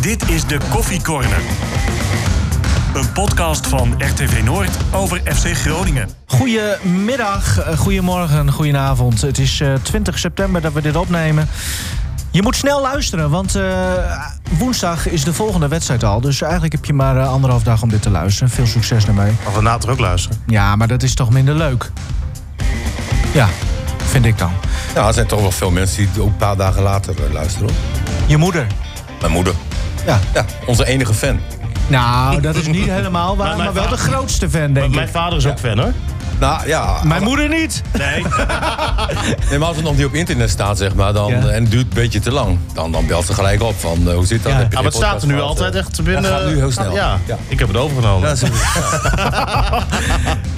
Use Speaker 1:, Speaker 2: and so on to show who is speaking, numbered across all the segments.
Speaker 1: Dit is de Koffiecorner. Een podcast van RTV Noord over FC Groningen.
Speaker 2: Goedemiddag, eh, goedemorgen, goedenavond. Het is eh, 20 september dat we dit opnemen. Je moet snel luisteren, want eh, woensdag is de volgende wedstrijd al. Dus eigenlijk heb je maar eh, anderhalf dag om dit te luisteren. Veel succes ermee.
Speaker 3: Of we later ook luisteren.
Speaker 2: Ja, maar dat is toch minder leuk? Ja, vind ik dan.
Speaker 4: Ja, er zijn toch wel veel mensen die het ook een paar dagen later eh, luisteren. hoor.
Speaker 2: Je moeder.
Speaker 4: Mijn moeder.
Speaker 2: Ja.
Speaker 4: Ja, onze enige fan.
Speaker 2: Nou, dat is niet helemaal waar,
Speaker 3: Maar
Speaker 2: maar
Speaker 3: mijn
Speaker 2: wel de
Speaker 3: vader-
Speaker 2: grootste fan, denk
Speaker 3: Mijn
Speaker 2: ik.
Speaker 3: vader is ook fan hoor. Ah,
Speaker 4: Nou ja,
Speaker 2: Mijn moeder niet.
Speaker 3: Nee.
Speaker 4: nee, maar als het nog niet op internet staat, zeg maar, dan,
Speaker 2: Ja.
Speaker 4: eh, en het duurt een beetje te lang, dan, dan belt ze gelijk op van eh, hoe zit dat?
Speaker 2: Ja.
Speaker 4: Heb je
Speaker 3: Maar
Speaker 4: de
Speaker 3: het staat er
Speaker 4: podcast
Speaker 3: nu
Speaker 4: gehad?
Speaker 3: altijd echt binnen. Ah,
Speaker 4: dat gaat nu heel snel.
Speaker 3: Ja,
Speaker 4: Ja.
Speaker 3: ik heb het overgenomen.
Speaker 4: Ja, ze-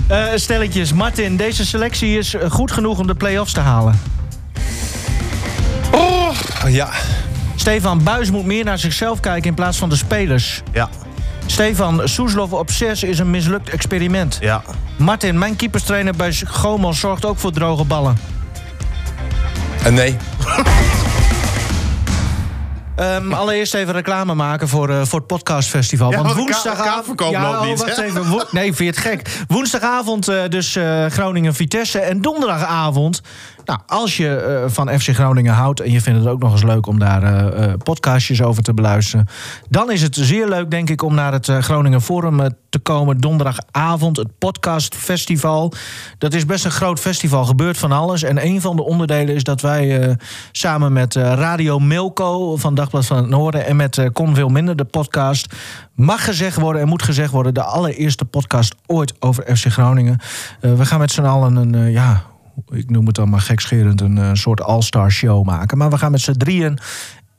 Speaker 2: Eh, stelletjes, Martin, deze selectie is eh, goed genoeg om de play-offs te halen.
Speaker 4: ja,
Speaker 2: Stefan Buis moet meer naar zichzelf kijken in plaats van de spelers.
Speaker 3: ja.
Speaker 2: Stefan Soeslof op 6 is een mislukt experiment.
Speaker 3: ja.
Speaker 2: Martin, mijn keeperstrainer bij Gomos zorgt ook voor droge ballen.
Speaker 4: en Eh, nee.
Speaker 2: Ehm, allereerst even reclame maken voor, eh, voor het podcastfestival.
Speaker 3: Ja, want de ka-
Speaker 2: woensdagavond...
Speaker 3: kaartverkoop loopt
Speaker 2: oh,
Speaker 3: niet,
Speaker 2: wacht
Speaker 3: hè?
Speaker 2: even. Wo- nee, vind je het gek? Woensdagavond eh, dus eh, Groningen-Vitesse. En donderdagavond... Nou, als je eh, van FC Groningen houdt... en je vindt het ook nog eens leuk om daar eh, eh, podcastjes over te beluisteren... dan is het zeer leuk, denk ik, om naar het eh, Groningen Forum eh, te komen. Donderdagavond, het podcastfestival. Dat is best een groot festival. Gebeurt van alles. En een van de onderdelen is dat wij eh, samen met eh, Radio Milko Oh, van Dagblad van het Noorden en met eh Kon Veel Minder, de podcast, mag gezegd worden en moet gezegd worden, de allereerste podcast ooit over FC Groningen. Eh, we gaan met z'n allen een, eh, ja, ik noem het dan maar gekscherend, een eh, soort all-star show maken. Maar we gaan met z'n drieën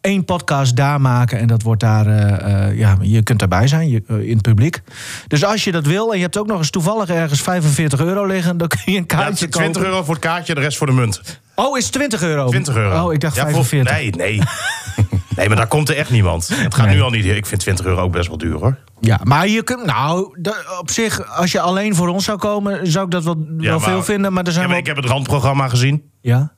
Speaker 2: één podcast daar maken. En dat wordt daar, eh, eh, ja, je kunt daarbij zijn je, eh, in het publiek. Dus als je dat wil en je hebt ook nog eens toevallig ergens 45 euro liggen, dan kun je een
Speaker 3: Ja, het
Speaker 2: kaartje
Speaker 3: is
Speaker 2: kopen.
Speaker 3: 20 euro voor het kaartje, de rest voor de munt.
Speaker 2: Oh, is het 20 euro?
Speaker 3: 20 euro.
Speaker 2: Oh, ik dacht
Speaker 3: Ja, voor-
Speaker 2: 45.
Speaker 3: Nee, nee. Nee, maar daar komt er echt niemand. Het gaat
Speaker 2: Nee.
Speaker 3: nu al niet. Ik vind 20 euro ook best wel duur hoor.
Speaker 2: Ja, maar je kunt, nou, da- op zich, als je alleen voor ons zou komen, zou ik dat wel,
Speaker 3: Ja,
Speaker 2: wel
Speaker 3: maar-
Speaker 2: veel vinden. Maar er
Speaker 3: Ja,
Speaker 2: zijn
Speaker 3: maar
Speaker 2: wel...
Speaker 3: ik heb het randprogramma gezien.
Speaker 2: Ja?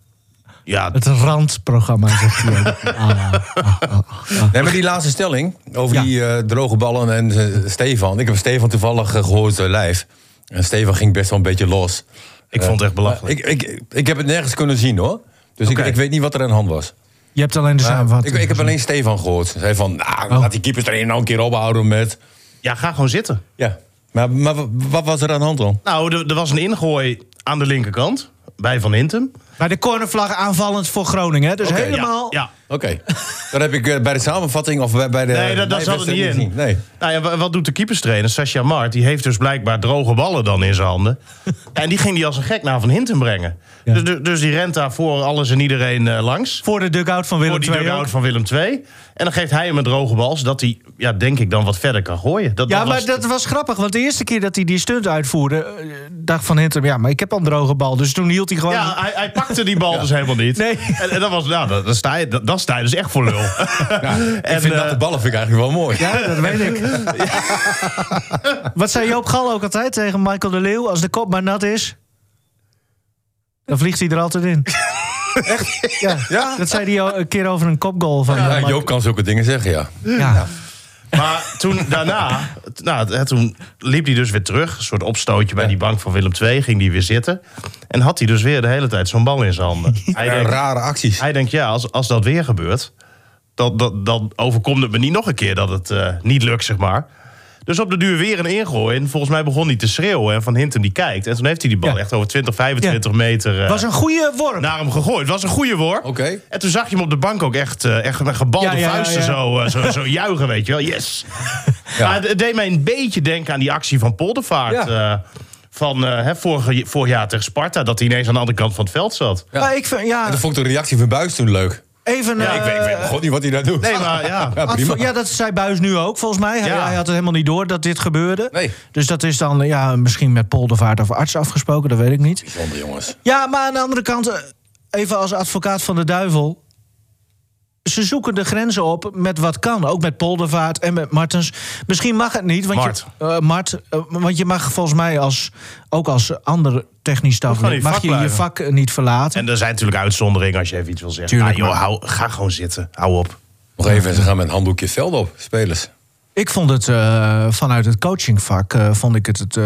Speaker 3: Ja,
Speaker 2: Het randprogramma, zegt hij. ook. Ah, ah, ah, ah.
Speaker 4: Nee, maar die laatste stelling over
Speaker 2: Ja.
Speaker 4: die eh, droge ballen en eh, Stefan. Ik heb Stefan toevallig eh, gehoord eh, live. En Stefan ging best wel een beetje los. Eh,
Speaker 3: ik vond het echt belachelijk.
Speaker 4: Ik, ik, ik heb het nergens kunnen zien hoor. Dus
Speaker 3: Oké.
Speaker 4: ik, ik weet niet wat er aan de hand was.
Speaker 2: Je hebt alleen de
Speaker 4: Maar
Speaker 2: samenvatting.
Speaker 4: Ik, ik heb alleen Stefan gehoord. Hij zei van, nou,
Speaker 3: Oh.
Speaker 4: laat die keepers er nou een keer ophouden met...
Speaker 3: Ja, ga gewoon zitten.
Speaker 4: Ja, maar, maar wa- wat was er aan de hand dan?
Speaker 3: Nou, er, er was een ingooi aan de linkerkant. Bij Van Hintem.
Speaker 2: Bij de cornervlag aanvallend voor Groningen. hè? Dus
Speaker 4: Oké, ja,
Speaker 2: helemaal...
Speaker 3: Ja.
Speaker 4: Oké, dat heb ik eh, bij de samenvatting of bij, bij
Speaker 2: Eh,
Speaker 4: de...
Speaker 3: Nee, dat,
Speaker 4: bij
Speaker 3: dat
Speaker 4: de
Speaker 3: zat er niet
Speaker 4: wedstrijd
Speaker 3: in.
Speaker 4: gezien. Nee.
Speaker 3: Nou ja, wa- wat doet de keeperstrainer, Sascha Mart? Die heeft dus blijkbaar droge ballen dan in zijn handen. en die ging die als een gek naar Van Hinten brengen.
Speaker 2: Ja.
Speaker 3: Dus, dus- dus die rent daar voor alles en iedereen eh, langs.
Speaker 2: Voor de dugout van Willem
Speaker 3: Voor die
Speaker 2: II ook.
Speaker 3: dugout van Willem II. En dan geeft hij hem een droge bal, zodat hij, ja, denk ik, dan wat verder kan gooien. Dat,
Speaker 2: Ja,
Speaker 3: dat
Speaker 2: maar
Speaker 3: was-
Speaker 2: dat was grappig, want de eerste keer dat hij die stunt uitvoerde... eh, dacht Van Hintem, ja, maar ik heb al een droge bal. Dus toen hield hij gewoon...
Speaker 3: Ja, hij, hij pakte die bal dus helemaal niet.
Speaker 2: Nee.
Speaker 3: En, en dat was, nou, dat, dat sta je, dat, dat sta je dus echt voor lul. en,
Speaker 4: ik vind
Speaker 3: eh,
Speaker 4: dat de ballen vind ik eigenlijk wel mooi.
Speaker 2: Ja, dat weet ik. Wat zei Joop Gal ook altijd tegen Michael de Leeuw? Als de kop maar nat is, dan vliegt hij er altijd in. Echt? Ja.
Speaker 4: Ja?
Speaker 2: Dat zei hij al een keer over een kopgoal van
Speaker 4: Ja,
Speaker 2: eh, Mike-
Speaker 4: Joop kan zulke dingen zeggen, ja.
Speaker 2: Ja.
Speaker 3: Maar toen daarna, t- nou, hè, toen liep hij dus weer terug. Een soort opstootje bij die bank van Willem II. Ging hij weer zitten. En had hij dus weer de hele tijd zo'n bal in zijn handen. Hij,
Speaker 4: Ja,
Speaker 3: denkt,
Speaker 4: rare acties.
Speaker 3: hij denkt, ja, als, als dat weer gebeurt... Dan, dan, dan overkomt het me niet nog een keer dat het eh, niet lukt, zeg maar. Dus op de duur weer een ingooi. En volgens mij begon hij te schreeuwen. En Van Hintem die kijkt. En toen heeft hij die bal
Speaker 2: Ja.
Speaker 3: echt over 20, 25 meter... eh,
Speaker 2: Was een goede worp.
Speaker 4: Nou,
Speaker 3: naar hem gegooid. Het was een goede worp.
Speaker 4: Oké.
Speaker 3: En toen zag je hem op de bank ook echt, eh, echt met gebalde
Speaker 2: Ja, ja, ja,
Speaker 3: vuisten
Speaker 2: ja.
Speaker 3: Zo, eh, zo, zo juichen, weet je wel. Yes.
Speaker 4: Ja.
Speaker 3: Maar het, het deed mij een beetje denken aan die actie van Poldervaart.
Speaker 4: Ja.
Speaker 3: eh, van eh, hè, vorige, vorig jaar tegen Sparta. Dat hij ineens aan de andere kant van het veld zat.
Speaker 4: Ja.
Speaker 2: Maar ik vind, ja,
Speaker 4: En dan vond ik de reactie van Buis toen leuk.
Speaker 2: even...
Speaker 4: ik, weet, ik weet
Speaker 2: eh,
Speaker 4: gewoon niet wat hij daar doet.
Speaker 3: Nee, maar ja.
Speaker 4: Ja, prima.
Speaker 2: adv- Ja, dat zei Buis nu ook, volgens mij. Hij,
Speaker 3: Ja.
Speaker 2: hij had het helemaal niet door dat dit gebeurde.
Speaker 4: Nee.
Speaker 2: Dus dat is dan ja, misschien met Poldervaart of arts afgesproken, dat weet ik niet.
Speaker 4: Zonde, jongens.
Speaker 2: Ja, maar aan de andere kant, eh, even als advocaat van de duivel. Ze zoeken de grenzen op met wat kan. Ook met Poldervaart en met Martens. Misschien mag het niet. Want
Speaker 3: Mart.
Speaker 2: Je, eh, Mart, eh, want je mag volgens mij als, ook als andere technisch staf...
Speaker 3: gewoon in
Speaker 2: mag
Speaker 3: je vak
Speaker 2: je je
Speaker 3: blijven.
Speaker 2: vak eh, niet verlaten.
Speaker 3: En er zijn natuurlijk uitzonderingen als je even iets wil zeggen.
Speaker 2: Tuurlijk,
Speaker 3: Ah, joh,
Speaker 2: maar-
Speaker 3: hou, ga gewoon zitten. Hou op.
Speaker 4: We nog even, ze gaan met een handdoekje het veld op, spelers.
Speaker 2: Ik vond het eh, vanuit het coachingvak eh, vond ik het, het, eh,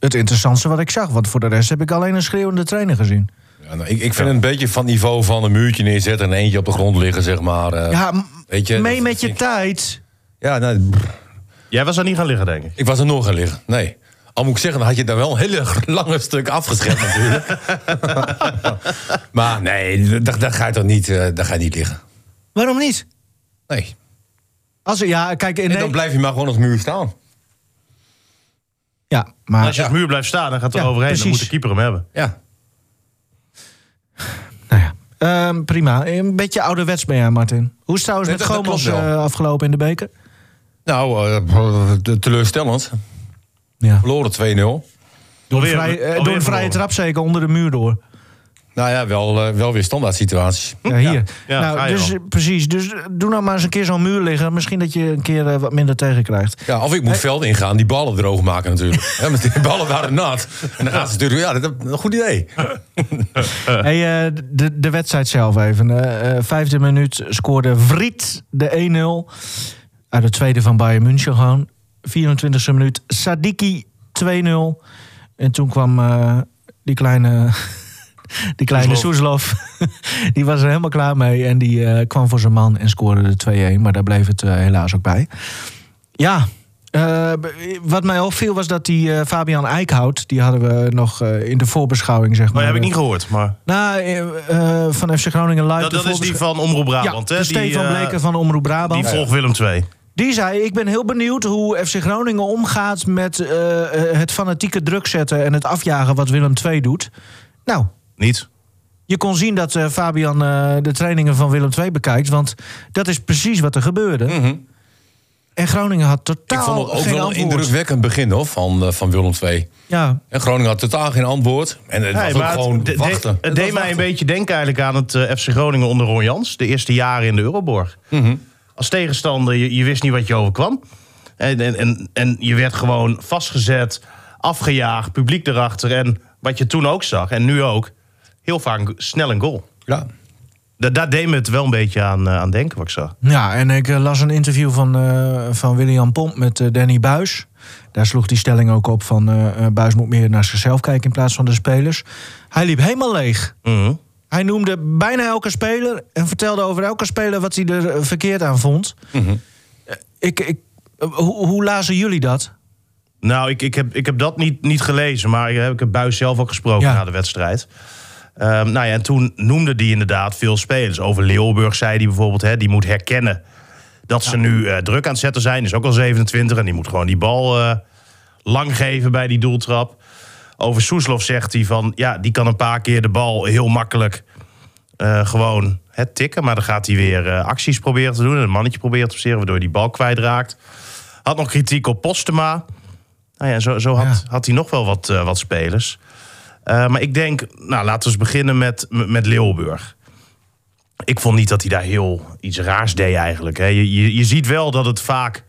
Speaker 2: het interessantste wat ik zag. Want voor de rest heb ik alleen een schreeuwende trainer gezien.
Speaker 4: Ja, nou, ik, ik vind het een beetje van het niveau van een muurtje neerzetten en eentje op de grond liggen, zeg maar. eh.
Speaker 2: Ja, m-
Speaker 4: weet je,
Speaker 2: mee
Speaker 4: dat-
Speaker 2: met je
Speaker 4: ik-
Speaker 2: tijd.
Speaker 4: Ja, nou, brr,
Speaker 3: Jij was er niet gaan liggen, denk ik.
Speaker 4: ik was er nooit gaan liggen. Nee. Al moet ik zeggen, dan had je daar wel een hele lange stuk afgeschept natuurlijk. maar nee, daar, daar ga je toch niet, eh, daar ga je niet liggen.
Speaker 2: Waarom niet?
Speaker 4: Nee.
Speaker 2: Als, er- ja, kijk, in
Speaker 4: En dan
Speaker 2: Nederland.
Speaker 4: blijf je maar gewoon als muur staan.
Speaker 2: Ja, maar
Speaker 3: Als je als muur blijft staan, dan gaat er
Speaker 2: Ja,
Speaker 3: overheen. Dan
Speaker 2: precies.
Speaker 3: moet de keeper hem hebben.
Speaker 4: Ja.
Speaker 2: nou ja. Ehm, prima. Een beetje ouderwets ben jij, Martin. Hoe is het trouwens
Speaker 4: Nee,
Speaker 2: met
Speaker 4: dat- dat
Speaker 2: Gomos
Speaker 4: klopt wel.
Speaker 2: eh, afgelopen in de beker?
Speaker 4: Nou, eh, te- teleurstellend.
Speaker 2: Ja.
Speaker 4: Verloren 2-0.
Speaker 2: Door, een
Speaker 3: Alweer-
Speaker 2: vrije- eh,
Speaker 3: alweer
Speaker 2: door een vrije
Speaker 3: verloren.
Speaker 2: trap zeker onder de muur door.
Speaker 4: Nou ja, wel, eh, wel weer standaard situaties.
Speaker 2: Ja, hier.
Speaker 3: Ja, ga
Speaker 2: nou,
Speaker 3: je
Speaker 2: dus,
Speaker 3: al.
Speaker 2: eh, precies. Dus eh, doe nou maar eens een keer zo'n muur liggen. Misschien dat je een keer eh, wat minder tegenkrijgt.
Speaker 4: Ja, of ik moet veld ingaan, die ballen droog maken natuurlijk. ja, want die ballen waren nat. En dan gaan ze natuurlijk, ja, dat is een goed idee.
Speaker 2: Hey, eh, de, de wedstrijd zelf even. Eh, eh, vijfde minuut scoorde Vriet de 1-0. Uit de tweede van Bayern München gewoon. 24e minuut Sadiki 2-0. En toen kwam eh, die kleine... Die kleine Soeslof, die was er helemaal klaar mee. En die eh, kwam voor zijn man en scoorde de 2-1. Maar daar bleef het eh, helaas ook bij. Ja, eh, b- wat mij opviel was dat die eh, Fabian Eickhout... die hadden we nog eh, in de voorbeschouwing, zeg maar.
Speaker 3: Maar Oh, heb ik
Speaker 2: eh,
Speaker 3: niet gehoord. Maar
Speaker 2: nou, eh, eh, van FC Groningen Live.
Speaker 3: dat,
Speaker 2: de
Speaker 3: dat is die
Speaker 2: voorbes-
Speaker 3: van Omroep Brabant.
Speaker 2: ja,
Speaker 3: hè?
Speaker 2: de
Speaker 3: Die,
Speaker 2: Stefan
Speaker 3: eh,
Speaker 2: Bleken van Omroep Brabant.
Speaker 3: Die
Speaker 2: Die,
Speaker 3: volgt Willem II.
Speaker 2: zei, ik ben heel benieuwd hoe FC Groningen omgaat... met eh, eh, het fanatieke druk zetten en het afjagen wat Willem II doet. Nou,
Speaker 3: Niet?
Speaker 2: je kon zien dat eh, Fabian eh, de trainingen van Willem II bekijkt... want dat is precies wat er gebeurde.
Speaker 3: Mhm.
Speaker 2: En Groningen had totaal
Speaker 4: Ik vond het ook
Speaker 2: Nou, geen
Speaker 4: wel een
Speaker 2: antwoord.
Speaker 4: indrukwekkend begin hoor, van, eh, van Willem II.
Speaker 2: Ja,
Speaker 4: En Groningen had totaal geen antwoord. En het was ook gewoon
Speaker 3: het de- de-
Speaker 4: wachten.
Speaker 3: het deed mij een beetje denken eigenlijk aan het eh, FC Groningen onder Ron Jans. De eerste jaren in de Euroborg.
Speaker 4: Mhm.
Speaker 3: Als tegenstander, je, je wist niet wat je overkwam. En, en, en, en je werd gewoon vastgezet, afgejaagd, publiek erachter. En wat je toen ook zag, en nu ook, heel vaak snel een goal.
Speaker 4: Ja.
Speaker 3: Da- daar deed me het wel een beetje aan, eh, aan denken wat ik zag.
Speaker 2: Ja, en ik eh, las een interview van, eh, van William Pomp met eh, Danny Buis. Daar sloeg die stelling ook op van eh, eh, Buis moet meer naar zichzelf kijken in plaats van de spelers. Hij liep helemaal leeg.
Speaker 3: Mhm.
Speaker 2: Hij noemde bijna elke speler en vertelde over elke speler wat hij er eh, verkeerd aan vond. Eh, Ik, ik, eh, hoe, hoe lazen jullie dat?
Speaker 3: Nou, ik, ik, heb, ik heb dat niet, niet gelezen, maar ik heb, ik heb Buis zelf ook gesproken
Speaker 2: Ja.
Speaker 3: na de wedstrijd. Ehm, nou ja, en toen noemde die inderdaad veel spelers. Over Leeuwburg zei hij bijvoorbeeld, hè, die moet herkennen dat ze nu eh, druk aan het zetten zijn. Is ook al 27 en die moet gewoon die bal eh, lang geven bij die doeltrap. Over Soeslof zegt hij van, ja, die kan een paar keer de bal heel makkelijk eh, gewoon het tikken. Maar dan gaat hij weer eh, acties proberen te doen en een mannetje proberen te passeren, waardoor hij die bal kwijtraakt. Had nog kritiek op Postema. Nou ja, zo, zo had,
Speaker 2: Ja.
Speaker 3: had hij nog wel wat, eh, wat spelers. Eh, maar ik denk, nou, laten we eens beginnen met, m- met Leeuwburg. Ik vond niet dat hij daar heel iets raars deed eigenlijk. Hè. Je, je, je ziet wel dat het vaak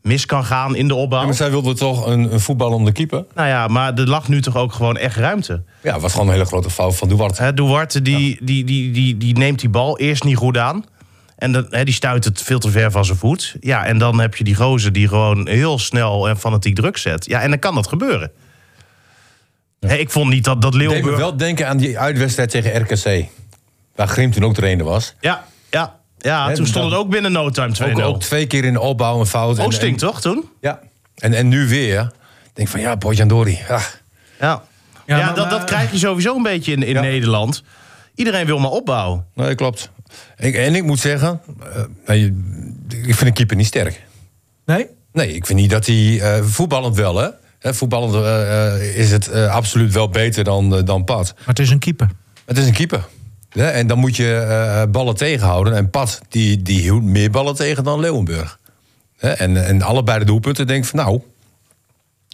Speaker 3: mis kan gaan in de opbouw.
Speaker 4: Maar zij wilde toch een, een voetbal om de keeper?
Speaker 3: Nou ja, maar er lag nu toch ook gewoon echt ruimte.
Speaker 4: Ja, was gewoon een hele grote fout van Duarte.
Speaker 3: Hè, Duarte die, die, die, die, die neemt die bal eerst niet goed aan. En dat, hè, die stuit het veel te ver van zijn voet. Ja, en dan heb je die gozer die gewoon heel snel en fanatiek druk zet. Ja, en dan kan dat gebeuren. Hè, ik vond niet dat, dat
Speaker 4: deed me
Speaker 3: Leeuwburg...
Speaker 4: wel denken aan die uitwedstrijd tegen RKC. Waar Grim toen ook trainer was.
Speaker 3: Ja, ja, ja
Speaker 4: Hè,
Speaker 3: toen stond
Speaker 4: dat-
Speaker 3: het ook binnen no time 2-0.
Speaker 4: Ook, ook twee keer in de opbouw een fout. En-
Speaker 3: Oosting,
Speaker 4: en-
Speaker 3: toch, toen?
Speaker 4: Ja. En, en nu weer. Ik denk van ja, Ah, Pojandori. Ja.
Speaker 3: Ja,
Speaker 2: Ja,
Speaker 3: ja,
Speaker 2: maar-
Speaker 3: dat,
Speaker 2: maar-
Speaker 3: dat krijg je sowieso een beetje in, in
Speaker 4: Ja.
Speaker 3: Nederland. Iedereen wil maar opbouwen.
Speaker 4: Nee, klopt. Ik, en ik moet zeggen, eh, nee, ik vind de keeper niet sterk.
Speaker 2: Nee?
Speaker 4: Nee, ik vind niet dat hij... eh, voetballend wel, hè? Hè, voetballend eh, eh, is het eh, absoluut wel beter dan, eh, dan Pat.
Speaker 2: Maar het is een keeper.
Speaker 4: Het is een keeper. Hè, en dan moet je eh, ballen tegenhouden. En Pat, die, die hield meer ballen tegen dan Leeuwenburg. Hè, en, en allebei de doelpunten denk ik van nou...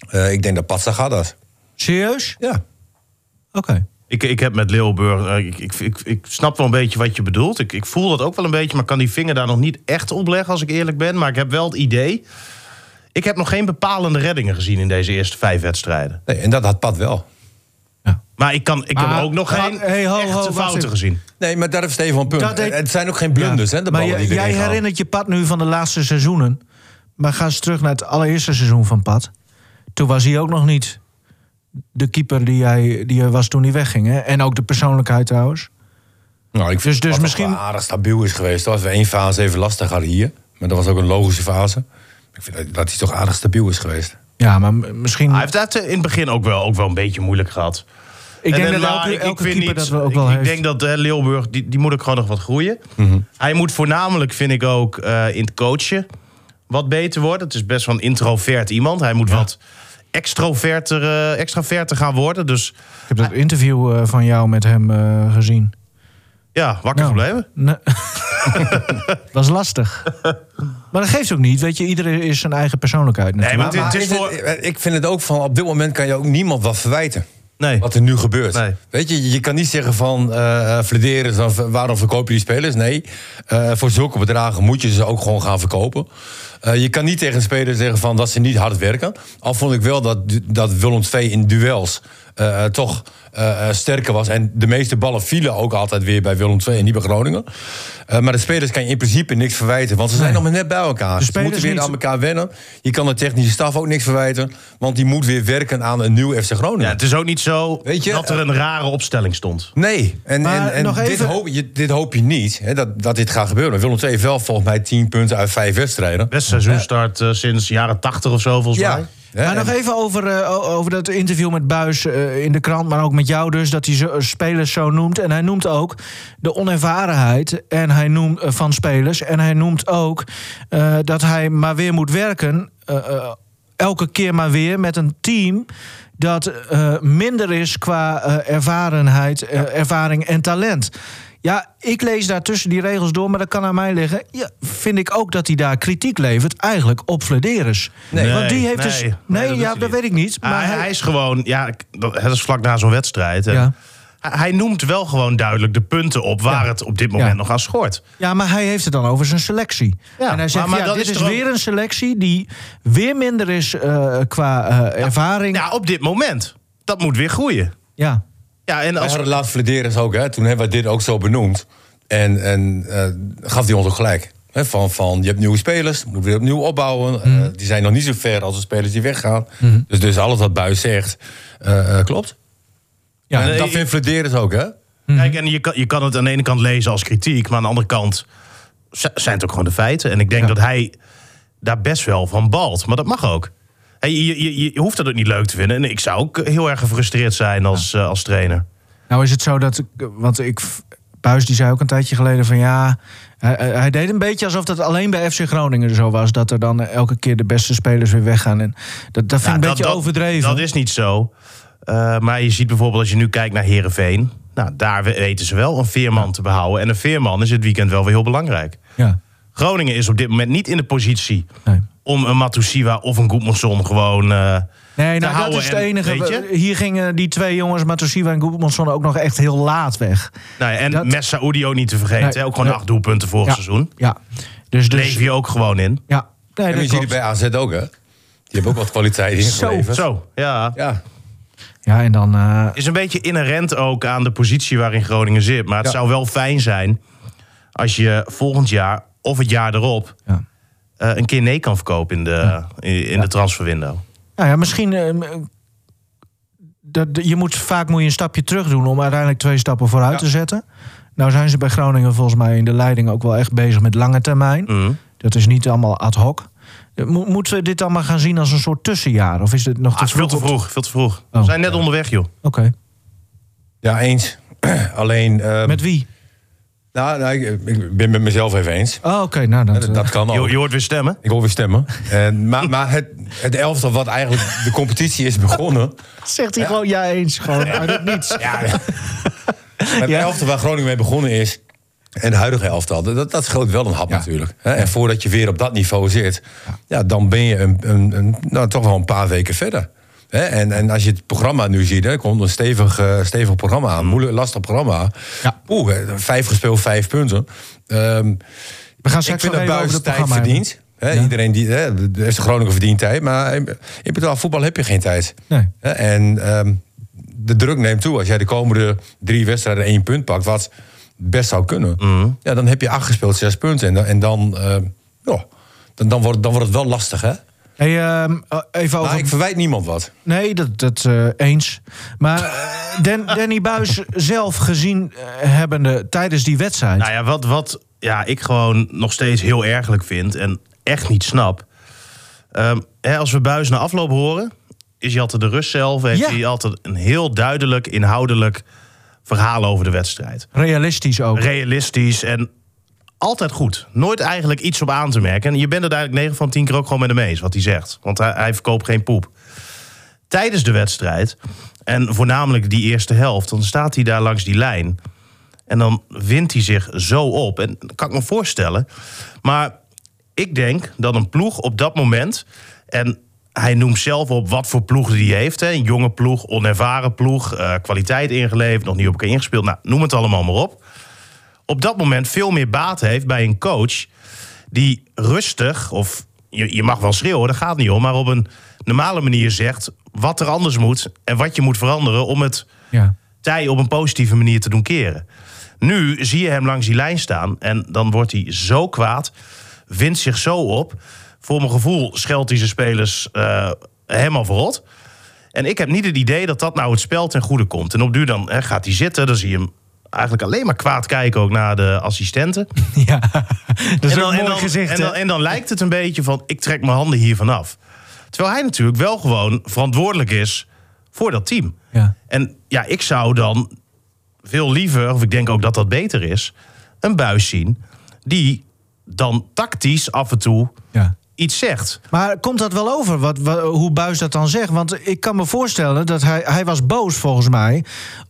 Speaker 4: eh, ik denk dat Pat gaat dat.
Speaker 2: Serieus?
Speaker 4: Ja.
Speaker 2: Oké.
Speaker 3: Ik, ik heb met Leeuwburg, eh, ik, ik, ik, ik snap wel een beetje wat je bedoelt. Ik, ik voel dat ook wel een beetje, maar kan die vinger daar nog niet echt op leggen als ik eerlijk ben. Maar ik heb wel het idee. Ik heb nog geen bepalende reddingen gezien in deze eerste vijf wedstrijden.
Speaker 4: Nee, en dat had Pat wel.
Speaker 2: Ja.
Speaker 3: Maar ik, kan, ik
Speaker 2: Maar-
Speaker 3: heb ook nog
Speaker 2: maar-
Speaker 3: geen
Speaker 2: hey, ho, ho,
Speaker 3: echte
Speaker 2: wacht
Speaker 3: fouten
Speaker 2: even.
Speaker 3: gezien.
Speaker 4: Nee, maar daar heeft Stefan een punt.
Speaker 2: Dat deed-
Speaker 4: Het zijn ook geen blunders, hè, de
Speaker 2: maar
Speaker 4: ballen
Speaker 2: jij-
Speaker 4: die erin
Speaker 2: jij
Speaker 4: gaan.
Speaker 2: herinnert je pad nu van de laatste seizoenen. Maar ga eens terug naar het allereerste seizoen van Pat. Toen was hij ook nog niet de keeper die hij, die hij was toen hij wegging. Hè? En ook de persoonlijkheid trouwens.
Speaker 4: Nou, ik vind
Speaker 2: Dus-
Speaker 4: dus,
Speaker 2: dus misschien-
Speaker 4: misschien... aardig stabiel is geweest. Dat was één fase even lastig hadden hier. Maar dat was ook een logische fase. Ik vind dat, dat hij toch aardig stabiel is geweest.
Speaker 2: Ja, maar m- misschien...
Speaker 3: Hij heeft dat eh, in het begin ook wel, ook wel een beetje moeilijk gehad.
Speaker 2: ik
Speaker 3: En
Speaker 2: denk
Speaker 3: dan-
Speaker 2: dat
Speaker 3: maar
Speaker 2: elke,
Speaker 3: ik- ik
Speaker 2: elke
Speaker 3: vind
Speaker 2: keeper
Speaker 3: niet-
Speaker 2: dat wel ook
Speaker 3: ik-
Speaker 2: wel
Speaker 3: ik,
Speaker 2: heeft.
Speaker 3: denk dat eh, Leeuwburg, die, die moet ook gewoon nog wat groeien.
Speaker 4: Mhm.
Speaker 3: Hij moet voornamelijk, vind ik ook, eh, in het coachen wat beter worden. Het is best wel een introvert iemand. Hij moet wat extroverter, eh, extraverter gaan worden. Dus
Speaker 2: ik heb dat interview eh, van jou met hem eh, gezien.
Speaker 3: ja, wakker
Speaker 2: Nou,
Speaker 3: gebleven.
Speaker 2: ne- was lastig. Maar dat geeft ook niet. Weet je, iedereen is zijn eigen persoonlijkheid.
Speaker 3: Nee,
Speaker 2: natuurlijk.
Speaker 3: maar het,
Speaker 4: Maar
Speaker 3: het is
Speaker 4: is
Speaker 3: voor...
Speaker 4: het- eh, ik vind het ook van, op dit moment kan je ook niemand wat verwijten.
Speaker 3: Nee.
Speaker 4: Wat er nu gebeurt.
Speaker 3: Nee.
Speaker 4: Weet je, je kan niet zeggen van eh Flederis, dan v- waarom verkoop je die spelers? Nee, eh, voor zulke bedragen moet je ze ook gewoon gaan verkopen. Eh, je kan niet tegen een speler zeggen van dat ze niet hard werken. Al vond ik wel dat, du- dat Willem II in duels eh, eh, toch eh, eh, sterker was. En de meeste ballen vielen ook altijd weer bij Willem II en niet bij Groningen. Eh, maar de spelers kan je in principe niks verwijten, want ze zijn nog maar net bij elkaar. Ze
Speaker 2: spelers
Speaker 4: moeten weer
Speaker 2: niet.
Speaker 4: aan elkaar wennen. Je kan de technische staf ook niks verwijten, want die moet weer werken aan een nieuw FC Groningen.
Speaker 3: Ja, het is ook niet zo
Speaker 4: Weet je,
Speaker 3: dat er
Speaker 4: eh,
Speaker 3: een rare opstelling stond.
Speaker 4: Nee, en,
Speaker 2: Maar
Speaker 4: en, en
Speaker 2: nog
Speaker 4: dit,
Speaker 2: even-
Speaker 4: hoop je, dit hoop je niet, hè, dat, dat dit gaat gebeuren. Willem II heeft wel volgens mij 10 punten uit 5 wedstrijden.
Speaker 3: Best seizoenstart eh, sinds jaren 80 of zo, volgens mij.
Speaker 4: hè,
Speaker 2: maar
Speaker 4: en-
Speaker 2: nog even over, eh, o- over dat interview met Buis eh, in de krant, maar ook met jou dus, dat hij zo- eh, spelers zo noemt. En hij noemt ook de onervarenheid en hij noemt, eh, van spelers. En hij noemt ook eh, dat hij maar weer moet werken, eh, eh, elke keer maar weer, met een team dat eh, minder is qua eh, ervarenheid, eh, ervaring en talent. Ja, ik lees daar tussen die regels door, maar dat kan aan mij liggen. Ja, vind ik ook dat hij daar kritiek levert, eigenlijk op Flederis.
Speaker 3: Nee,
Speaker 2: Want die heeft dus.
Speaker 3: nee,
Speaker 2: Nee,
Speaker 3: nee, dat doet
Speaker 2: ja,
Speaker 3: hij
Speaker 2: dat
Speaker 3: niet. Ah,
Speaker 2: weet ik niet. Maar
Speaker 3: hij,
Speaker 2: hij,
Speaker 3: hij is gewoon, ja, ik- dat het is vlak na zo'n wedstrijd. En
Speaker 2: Ja.
Speaker 3: hij, hij noemt wel gewoon duidelijk de punten op waar
Speaker 2: Ja.
Speaker 3: het op dit moment
Speaker 2: Ja.
Speaker 3: nog aan schort.
Speaker 2: ja, maar hij heeft het dan over zijn selectie.
Speaker 3: Ja,
Speaker 2: en hij zegt:
Speaker 3: maar- maar
Speaker 2: ja,
Speaker 3: dat
Speaker 2: dit
Speaker 3: is
Speaker 2: is
Speaker 3: toch ook-
Speaker 2: weer een selectie die weer minder is eh, qua eh, ervaring. Ja.
Speaker 3: Ja, op dit moment. Dat moet weer groeien. Ja, en
Speaker 4: Wij
Speaker 3: als,
Speaker 4: hadden laatst Flederis ook, hè, toen hebben we dit ook zo benoemd. En, en eh, gaf hij ons ook gelijk. Hè, van, van, je hebt nieuwe spelers, moet weer opnieuw opbouwen.
Speaker 3: Mhm.
Speaker 4: Eh, die zijn nog niet zo ver als de spelers die weggaan. Dus, dus alles wat Buis zegt, eh, eh, klopt.
Speaker 2: Ja,
Speaker 4: en
Speaker 3: nee,
Speaker 4: dat
Speaker 3: ik-
Speaker 4: vindt Flederis ook, hè?
Speaker 3: kijk,
Speaker 2: Mhm.
Speaker 3: en je, kan, je kan het aan de ene kant lezen als kritiek, maar aan de andere kant z- zijn het ook gewoon de feiten. En ik denk dat hij daar best wel van balt, maar dat mag ook. Hey, je, je, je hoeft dat ook niet leuk te vinden. En ik zou ook heel erg gefrustreerd zijn als, eh, als trainer.
Speaker 2: Nou is het zo dat. ik- Want ik. Buis die zei ook een tijdje geleden van ja. Hij, hij- hij deed een beetje alsof dat alleen bij FC Groningen zo was. Dat er dan elke keer de beste spelers weer weggaan. En dat, dat vind ik een
Speaker 3: Ja,
Speaker 2: beetje overdreven.
Speaker 3: Nou, Dat is niet zo. Eh, maar je ziet bijvoorbeeld als je nu kijkt naar Herenveen. Nou, daar we- weten ze wel een veerman te behouden. En een veerman is het weekend wel weer heel belangrijk.
Speaker 2: Ja.
Speaker 3: Groningen is op dit moment niet in de positie
Speaker 2: Nee.
Speaker 3: om een Matusiwa of een Goedmanson gewoon. eh,
Speaker 2: Nee,
Speaker 3: te
Speaker 2: nou, dat
Speaker 3: houden
Speaker 2: is het
Speaker 3: en-
Speaker 2: enige.
Speaker 3: weet je?
Speaker 2: Hier gingen die twee jongens, Matosiva en Goedmanson, ook nog echt heel laat weg.
Speaker 3: nou ja, en
Speaker 2: dat-
Speaker 3: Messaoudi ook niet te vergeten.
Speaker 2: Nee,
Speaker 3: hè, ook gewoon
Speaker 2: nee.
Speaker 3: acht doelpunten vorig
Speaker 2: ja.
Speaker 3: seizoen.
Speaker 2: Ja. Dus, dus
Speaker 3: Leef je ook gewoon in.
Speaker 2: Ja. Nee,
Speaker 4: En
Speaker 2: dat
Speaker 4: je ziet
Speaker 2: klopt.
Speaker 4: het bij AZ ook, hè? Die hebben ook wat kwaliteit ingeleverd.
Speaker 3: Zo, ja.
Speaker 4: Ja.
Speaker 2: Ja, en dan. eh,
Speaker 3: Is een beetje inherent ook aan de positie waarin Groningen zit. Maar het
Speaker 4: Ja.
Speaker 3: zou wel fijn zijn als je volgend jaar of het jaar erop
Speaker 2: ja.
Speaker 3: eh, een keer nee kan verkopen in de, in, in de transferwindow.
Speaker 2: Nou ja, misschien. eh, m- dat, je moet, vaak moet je een stapje terug doen om uiteindelijk twee stappen vooruit te zetten. Nou zijn ze bij Groningen volgens mij in de leiding ook wel echt bezig met lange termijn. Dat is niet allemaal ad hoc. Eh, Mo- moeten we dit dan maar gaan zien als een soort tussenjaar? Of is dit nog
Speaker 3: Ah,
Speaker 2: te
Speaker 3: veel
Speaker 2: vroeg?
Speaker 3: te
Speaker 2: om-
Speaker 3: vroeg, veel te vroeg.
Speaker 2: Oh.
Speaker 3: We zijn net onderweg, joh.
Speaker 2: Oké.
Speaker 4: Ja, eens. Alleen, eh,
Speaker 2: Met wie?
Speaker 4: nou, nou, ik, ik ben met mezelf even eens.
Speaker 2: Oh, oké. nou, dat,
Speaker 4: Dat,
Speaker 2: eh,
Speaker 4: dat kan ook.
Speaker 3: Je, je hoort weer stemmen.
Speaker 4: Ik hoor weer stemmen. En, maar maar het, het elftal wat eigenlijk de competitie is begonnen...
Speaker 2: Zegt hij gewoon ja eens, gewoon uit het niets.
Speaker 4: Ja, het elftal waar Groningen mee begonnen is... en de huidige elftal, dat, dat scheelt wel een hap natuurlijk. Hè, En voordat je weer op dat niveau zit... Ja, dan ben je een, een, een- nou, toch wel een paar weken verder. Hè, en, en als je het programma nu ziet, hè, komt een stevig, eh, stevig programma aan. Moeilijk, lastig programma.
Speaker 2: Mm. Ja.
Speaker 4: Oeh, eh, vijf gespeeld, vijf punten. Ehm,
Speaker 2: We gaan
Speaker 4: ik
Speaker 2: straks
Speaker 4: vind
Speaker 2: nog even
Speaker 4: dat
Speaker 2: over
Speaker 4: Buis
Speaker 2: het
Speaker 4: tijd
Speaker 2: programma hebben.
Speaker 4: verdient. Hè, Iedereen die, hè, de- de FC Groningen verdient tijd. Maar in in betaald voetbal heb je geen tijd.
Speaker 2: Nee.
Speaker 4: Hè, en ehm, de druk neemt toe. Als jij de komende drie wedstrijden één punt pakt, wat best zou kunnen. Ja, dan heb je acht gespeeld, zes punten. En, dan- en dan, eh, ja, dan, dan, wordt, dan wordt het wel lastig, hè?
Speaker 2: Hey, ehm, eh, even over...
Speaker 4: Maar ik verwijt niemand wat.
Speaker 2: Nee, dat, dat eh, eens. Maar eh, Dan, Danny Buis zelf gezien eh, hebbende tijdens die wedstrijd.
Speaker 3: Nou ja, wat, wat ja, ik gewoon nog steeds heel ergelijk vind en echt niet snap. Ehm, hè, als we Buis na afloop horen, is hij altijd de rust zelf. Heeft
Speaker 2: Ja.
Speaker 3: hij altijd een heel duidelijk inhoudelijk verhaal over de wedstrijd.
Speaker 2: Realistisch ook.
Speaker 3: Realistisch en altijd goed. Nooit eigenlijk iets op aan te merken. En je bent het eigenlijk 9 van 10 keer ook gewoon met hem eens wat hij zegt. Want hij, hij verkoopt geen poep. Tijdens de wedstrijd, en voornamelijk die eerste helft, dan staat hij daar langs die lijn. En dan wint hij zich zo op. En dat kan ik me voorstellen. Maar ik denk dat een ploeg op dat moment. En hij noemt zelf op wat voor ploeg die heeft. Hè. Een jonge ploeg, onervaren ploeg, eh, kwaliteit ingeleverd, nog niet op elkaar ingespeeld. Nou, noem het allemaal maar op. Op dat moment veel meer baat heeft bij een coach die rustig, of je, je mag wel schreeuwen, daar gaat het niet om, maar op een normale manier zegt wat er anders moet en wat je moet veranderen om het
Speaker 2: Ja.
Speaker 3: tij op een positieve manier te doen keren. Nu zie je hem langs die lijn staan en dan wordt hij zo kwaad, wint zich zo op. Voor mijn gevoel scheldt hij zijn spelers eh, helemaal verrot. En ik heb niet het idee dat dat nou het spel ten goede komt. En op duur dan hè, gaat hij zitten, dan zie je hem eigenlijk alleen maar kwaad kijken ook naar de assistenten.
Speaker 2: ja. Dat is
Speaker 3: En
Speaker 2: ook
Speaker 3: dan,
Speaker 2: een
Speaker 3: en,
Speaker 2: mooi
Speaker 3: dan,
Speaker 2: gezicht.
Speaker 3: en,
Speaker 2: hè?
Speaker 3: dan, en dan lijkt het een beetje van, ik trek mijn handen hiervan af. Terwijl hij natuurlijk wel gewoon verantwoordelijk is voor dat team.
Speaker 2: Ja.
Speaker 3: En ja, ik zou dan veel liever, of ik denk ook dat dat beter is, een buis zien die dan tactisch af en toe
Speaker 2: ja.
Speaker 3: iets zegt.
Speaker 2: Maar komt dat wel over, wat, wa- hoe Buis dat dan zegt? Want ik kan me voorstellen dat hij, hij was boos, volgens mij...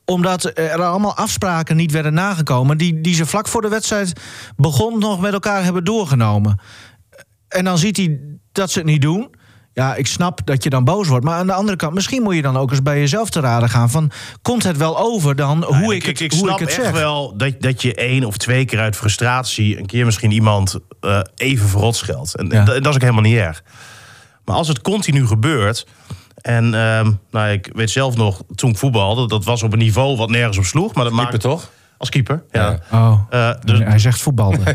Speaker 2: omdat er allemaal afspraken niet werden nagekomen... Die, die ze vlak voor de wedstrijd begon nog met elkaar hebben doorgenomen. En dan ziet hij dat ze het niet doen... Ja, ik snap dat je dan boos wordt. Maar aan de andere kant, misschien moet je dan ook eens bij jezelf te raden gaan. Van, komt het wel over dan hoe,
Speaker 3: En
Speaker 2: ik, het,
Speaker 3: ik
Speaker 2: hoe
Speaker 3: snap
Speaker 2: ik het
Speaker 3: echt
Speaker 2: zeg?
Speaker 3: wel dat, dat je één of twee keer uit frustratie... een keer misschien iemand eh, even verrot scheldt. En,
Speaker 2: Ja.
Speaker 3: en dat en dat is ook helemaal niet erg. Maar als het continu gebeurt... en ehm, nou, ik weet zelf nog, toen ik voetbalde... dat was op een niveau wat nergens op sloeg. Maar dat
Speaker 4: Keeper
Speaker 3: maakt,
Speaker 4: toch?
Speaker 3: Als keeper, ja.
Speaker 4: Ja.
Speaker 2: Oh,
Speaker 3: Eh, dus,
Speaker 2: hij zegt voetballen.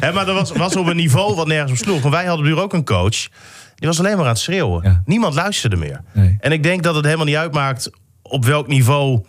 Speaker 3: Hè, maar dat was, was op een niveau wat nergens op sloeg. Want wij hadden nu ook een coach. Die was alleen maar aan het schreeuwen.
Speaker 2: Ja.
Speaker 3: Niemand luisterde meer.
Speaker 2: Nee.
Speaker 3: En ik denk dat het helemaal niet uitmaakt op welk niveau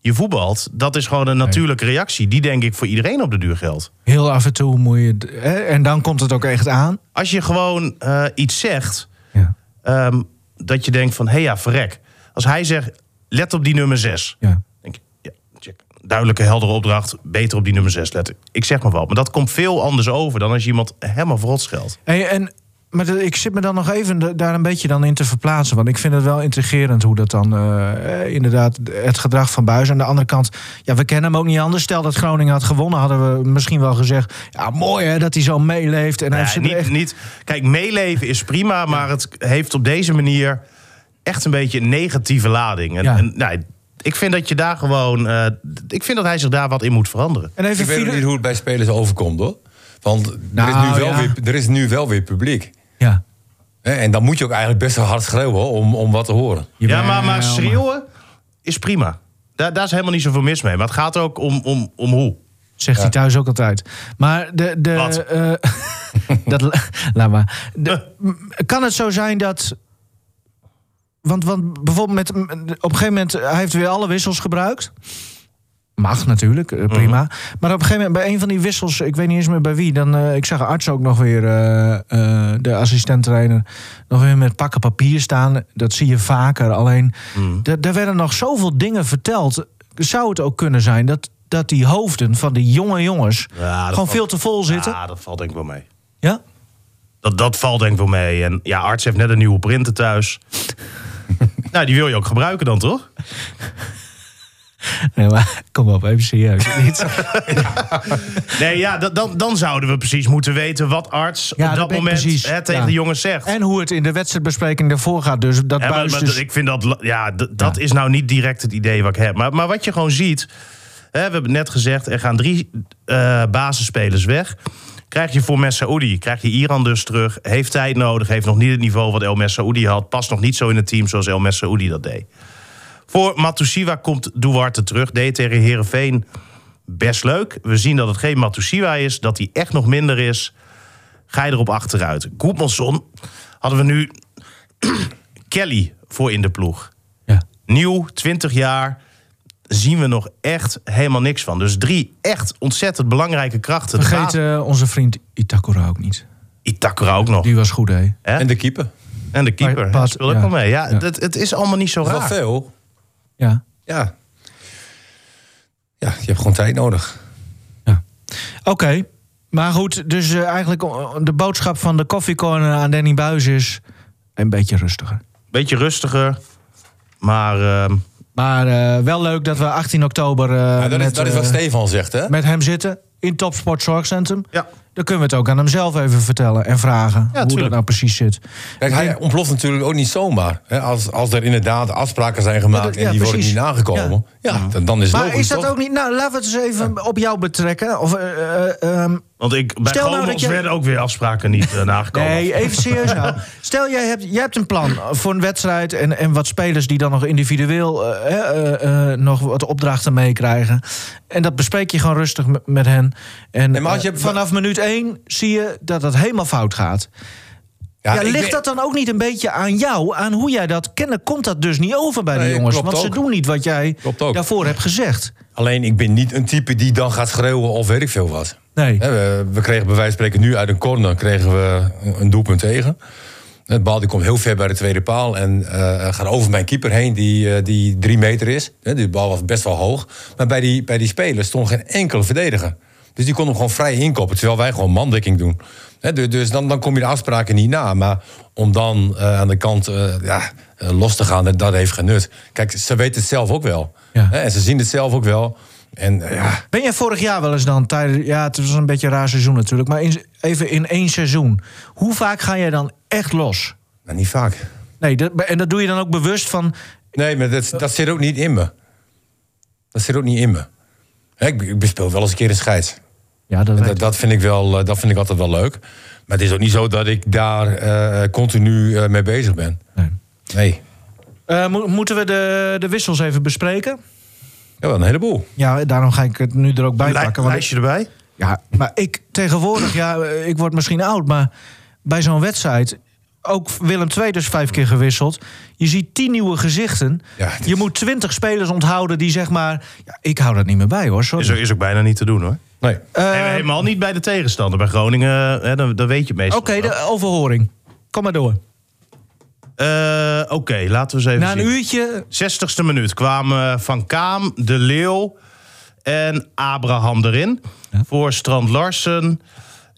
Speaker 3: je voetbalt. Dat is gewoon een natuurlijke reactie. Die denk ik voor iedereen op de duur geldt.
Speaker 2: Heel af en toe moet je... d- hè, en dan komt het ook echt aan.
Speaker 3: Als je gewoon eh, iets zegt
Speaker 2: Ja.
Speaker 3: ehm, dat je denkt van... hé hey ja, verrek. Als hij zegt, let op die nummer 6.
Speaker 2: Ja.
Speaker 3: Denk ik, ja, check. Duidelijke, heldere opdracht. Beter op die nummer 6 letten. Ik zeg maar wel. Maar dat komt veel anders over dan als je iemand helemaal verrot scheldt.
Speaker 2: Hey, en, maar dat- ik zit me dan nog even da- daar een beetje dan in te verplaatsen. Want ik vind het wel intrigerend hoe dat dan eh, eh, inderdaad het gedrag van Buis. Aan de andere kant, ja, we kennen hem ook niet anders. Stel dat Groningen had gewonnen, hadden we misschien wel gezegd. Ja, mooi hè, dat hij zo meeleeft. En hij heeft
Speaker 3: Ja,
Speaker 2: ze
Speaker 3: niet,
Speaker 2: er echt...
Speaker 3: niet, kijk, meeleven is prima, maar het heeft op deze manier echt een beetje een negatieve lading. En,
Speaker 2: Ja.
Speaker 3: en, nee, ik vind dat je daar gewoon. eh, ik vind dat hij zich daar wat in moet veranderen.
Speaker 2: En even
Speaker 4: Ik weet ook
Speaker 2: Philip-
Speaker 4: niet hoe het bij spelers overkomt hoor. Want er, is
Speaker 2: Nou,
Speaker 4: nu wel
Speaker 2: ja.
Speaker 4: weer, er is nu wel weer publiek.
Speaker 2: Ja,
Speaker 4: Hè, En dan moet je ook eigenlijk best wel hard schreeuwen hoor, om, om wat te horen.
Speaker 3: Ja,
Speaker 2: Jawel,
Speaker 3: maar, maar schreeuwen is prima. Daar, daar is helemaal niet zoveel mis mee. Maar het gaat ook om, om, om hoe.
Speaker 2: Zegt hij thuis ook altijd. Maar de. de
Speaker 3: Wat?
Speaker 2: eh, dat, la- laat maar. De- m- kan het zo zijn dat. Want, want bijvoorbeeld met, m- op een gegeven moment. eh, Hij heeft weer alle wissels gebruikt. Mag natuurlijk, eh, prima.
Speaker 3: Mhm.
Speaker 2: Maar op een gegeven moment bij een van die wissels. Ik weet niet eens meer bij wie. Dan, eh, ik zag een arts ook nog weer. eh, eh, de assistenttrainer. Nog weer met pakken papier staan. Dat zie je vaker. Alleen.
Speaker 3: Mhm.
Speaker 2: da- Daar werden nog zoveel dingen verteld. Zou het ook kunnen zijn dat. Dat die hoofden van die jonge jongens
Speaker 3: Ja, dat
Speaker 2: gewoon
Speaker 3: valt-
Speaker 2: veel te vol zitten.
Speaker 3: Ja, dat valt denk ik wel mee.
Speaker 2: Ja?
Speaker 3: Dat, dat valt denk ik wel mee. En ja, arts heeft net een nieuwe printer thuis. nou, die wil je ook gebruiken dan, toch?
Speaker 2: Nee, maar kom op, even serieus. Niet-
Speaker 3: Nee, ja, dat- dan, dan zouden we precies moeten weten wat arts
Speaker 2: Ja,
Speaker 3: op
Speaker 2: dat
Speaker 3: dat
Speaker 2: ben ik
Speaker 3: moment
Speaker 2: precies.
Speaker 3: hè, tegen
Speaker 2: Ja.
Speaker 3: de jongens zegt.
Speaker 2: en hoe het in de wedstrijdbespreking daarvoor gaat. Dus dat
Speaker 3: Ja, maar,
Speaker 2: buis
Speaker 3: maar
Speaker 2: dus...
Speaker 3: ik vind dat, la- ja, d- dat is nou niet direct het idee wat ik heb. Maar, maar wat je gewoon ziet, hè, we hebben net gezegd, er gaan drie eh, basisspelers weg. Krijg je voor Messaoudi, krijg je Iran dus terug. Heeft tijd nodig, heeft nog niet het niveau wat El Messaoudi had. Past nog niet zo in het team zoals El Messaoudi dat deed. Voor Matusiwa komt Duarte terug. Deed tegen Herenveen best leuk. We zien dat het geen Matusiwa is, dat hij echt nog minder is. Ga je erop achteruit. Koepelson hadden we nu Kelly voor in de ploeg.
Speaker 2: Ja.
Speaker 3: Nieuw, 20 jaar, zien we nog echt helemaal niks van. Dus drie echt ontzettend belangrijke krachten. De
Speaker 2: Vergeet
Speaker 3: baas-
Speaker 2: eh, onze vriend Itakura ook niet.
Speaker 3: Itakura ook nog.
Speaker 2: Die was goed, hè?
Speaker 3: Hè?
Speaker 4: En de keeper.
Speaker 3: En de keeper.
Speaker 2: Maar-
Speaker 3: Dat
Speaker 2: Paas-
Speaker 3: speelt ook
Speaker 2: ja.
Speaker 3: wel mee. Ja,
Speaker 2: Ja.
Speaker 3: Het, het is allemaal niet zo
Speaker 4: Dat is
Speaker 3: raar.
Speaker 4: wel veel.
Speaker 2: Ja.
Speaker 4: Ja. Ja, je hebt gewoon tijd nodig.
Speaker 2: ja. Oké. Maar goed, dus eh, eigenlijk eh, de boodschap van de koffiecorner aan Danny Buis is... een beetje rustiger.
Speaker 3: Beetje rustiger. Maar ehm,
Speaker 2: Maar eh, wel leuk dat we 18 oktober eh,
Speaker 4: Ja, dat,
Speaker 2: met,
Speaker 4: is, dat is wat
Speaker 2: eh,
Speaker 4: Stefan zegt, hè?
Speaker 2: met hem zitten in Topsport Zorgcentrum.
Speaker 3: Ja.
Speaker 2: Dan kunnen we het ook aan hem zelf even vertellen en vragen hoe
Speaker 3: tuurlijk.
Speaker 2: dat nou precies zit.
Speaker 4: Kijk, hij ontploft natuurlijk ook niet zomaar. Hè? Als, als er inderdaad afspraken zijn gemaakt
Speaker 2: Ja, dat-
Speaker 4: en
Speaker 2: ja,
Speaker 4: die worden niet
Speaker 2: precies.
Speaker 4: nagekomen, ja. dan, dan is het
Speaker 2: Maar
Speaker 4: logisch,
Speaker 2: is dat
Speaker 4: toch?
Speaker 2: ook niet... Nou, laten we het eens even op jou betrekken. Of, eh, eh, ehm,
Speaker 3: want ik, bij
Speaker 2: Stel nou
Speaker 3: Gomels
Speaker 2: dat jij-
Speaker 3: werden ook weer afspraken niet eh, nagekomen.
Speaker 2: Nee, even serieus nou. Stel, jij hebt, jij hebt een plan voor een wedstrijd... En, en wat spelers die dan nog individueel eh, eh, eh, nog wat opdrachten meekrijgen. En dat bespreek je gewoon rustig met- met hen. En
Speaker 4: Nee, maar als je-
Speaker 2: eh, vanaf minuut één zie je dat dat helemaal fout gaat. Ja,
Speaker 4: ik
Speaker 2: ligt
Speaker 4: weet-
Speaker 2: dat dan ook niet een beetje aan jou, aan hoe jij dat kennelijk Komt dat dus niet over bij de
Speaker 4: Nee,
Speaker 2: jongens?
Speaker 4: klopt
Speaker 2: Want ze
Speaker 4: ook.
Speaker 2: doen niet wat jij
Speaker 4: Klopt ook.
Speaker 2: daarvoor hebt gezegd.
Speaker 4: Alleen, ik ben niet een type die dan gaat schreeuwen of weet ik veel wat.
Speaker 2: Nee.
Speaker 4: Hè, Eh, we, we kregen bij wijze van spreken nu uit een corner kregen we een, een doelpunt tegen. Het bal die komt heel ver bij de tweede paal en eh, gaat over mijn keeper heen, die, eh, die drie meter is. Hè, die bal was best wel hoog. Maar bij die, bij die speler stond geen enkele verdediger. Dus die kon hem gewoon vrij inkoppen, terwijl wij gewoon mandekking doen. Hè, du- dus dan, dan kom je de afspraken niet na. Maar om dan eh, aan de kant eh, ja, eh, los te gaan, dat, dat heeft geen nut. Kijk, ze weten het zelf ook wel.
Speaker 2: Ja.
Speaker 4: Hè, en ze zien het zelf ook wel. En eh, ja,
Speaker 2: Ben jij vorig jaar wel eens dan tijdens. Ja, het was een beetje een raar seizoen natuurlijk. Maar in- even in één seizoen. Hoe vaak ga jij dan echt los?
Speaker 4: nou, niet vaak.
Speaker 2: Nee, dat, en dat doe je dan ook bewust van.
Speaker 4: Nee, maar dat, dat zit ook niet in me. Dat zit ook niet in me. Hè, ik, ik bespeel wel eens een keer een scheids.
Speaker 2: Ja, dat, weet
Speaker 4: Dat, dat, vind ik wel, eh, dat vind ik altijd wel leuk. Maar het is ook niet zo dat ik daar eh, continu eh, mee bezig ben.
Speaker 2: ik. Nee.
Speaker 4: Nee.
Speaker 2: Eh, mo- moeten we de, de wissels even bespreken?
Speaker 4: Ja, wel een heleboel.
Speaker 2: Ja, daarom ga ik het nu er ook bij
Speaker 3: Lij-
Speaker 2: pakken. Want ik-
Speaker 3: lijstje erbij.
Speaker 2: Ja, maar ik tegenwoordig, ja, eh, ik word misschien oud, maar bij zo'n wedstrijd. Ook Willem II dus vijf keer gewisseld. Je ziet tien nieuwe gezichten.
Speaker 4: Ja, het is-
Speaker 2: Je moet twintig spelers onthouden die zeg maar... Ja, ik hou dat niet meer bij hoor, sorry.
Speaker 3: Is, ook- is ook bijna niet te doen hoor.
Speaker 4: Nee.
Speaker 2: Eh,
Speaker 3: Nee, helemaal niet bij de tegenstander. Bij Groningen, hè, dan, dan weet je het meestal.
Speaker 2: Oké,
Speaker 3: wel.
Speaker 2: de overhoring. Kom maar door.
Speaker 3: Eh, Oké, laten we eens even
Speaker 2: Na een
Speaker 3: zien.
Speaker 2: uurtje...
Speaker 3: 60ste minuut kwamen Van Kaam, De Leeuw en Abraham erin. Voor Strand Larsen,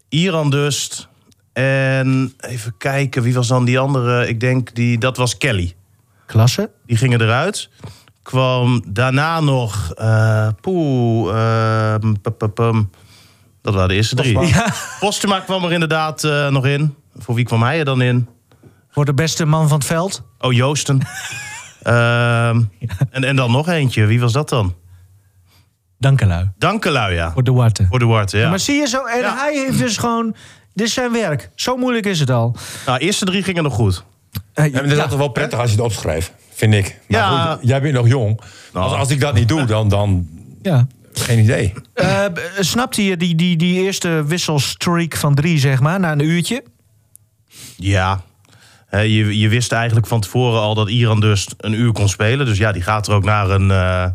Speaker 3: Iran Dust en even kijken, wie was dan die andere? Ik denk, die, dat was Kelly.
Speaker 2: Klasse.
Speaker 3: Die gingen eruit. Kwam daarna nog, eh poeh, eh, pum, pum, pum. dat waren de eerste drie.
Speaker 2: Ja.
Speaker 3: Postuma kwam er inderdaad eh, nog in. Voor wie kwam hij er dan in?
Speaker 2: Voor de beste man van het veld.
Speaker 3: Oh, Joosten. Ehm, en, en dan nog eentje. Wie was dat dan?
Speaker 2: Dankelui.
Speaker 3: Dankelui, ja.
Speaker 2: Voor de Warte.
Speaker 3: Voor de Duarte, ja.
Speaker 2: Maar zie je zo... En
Speaker 3: Ja.
Speaker 2: hij heeft dus gewoon... Dit is zijn werk. Zo moeilijk is het al.
Speaker 3: Nou, eerste drie gingen nog goed.
Speaker 2: Eh,
Speaker 4: Ja, maar dat is altijd wel prettig als je het opschrijft, vind ik. Maar
Speaker 3: Ja.
Speaker 4: goed, jij bent nog jong. Als, als ik dat niet doe, dan, dan
Speaker 2: ja.
Speaker 4: geen idee.
Speaker 2: Eh, b- snapte je die, die, die eerste wisselstreak van drie, zeg maar, na een uurtje?
Speaker 3: Ja. Hè, je, je wist eigenlijk van tevoren al dat Iran dus een uur kon spelen. Dus ja, die gaat er ook naar een, eh,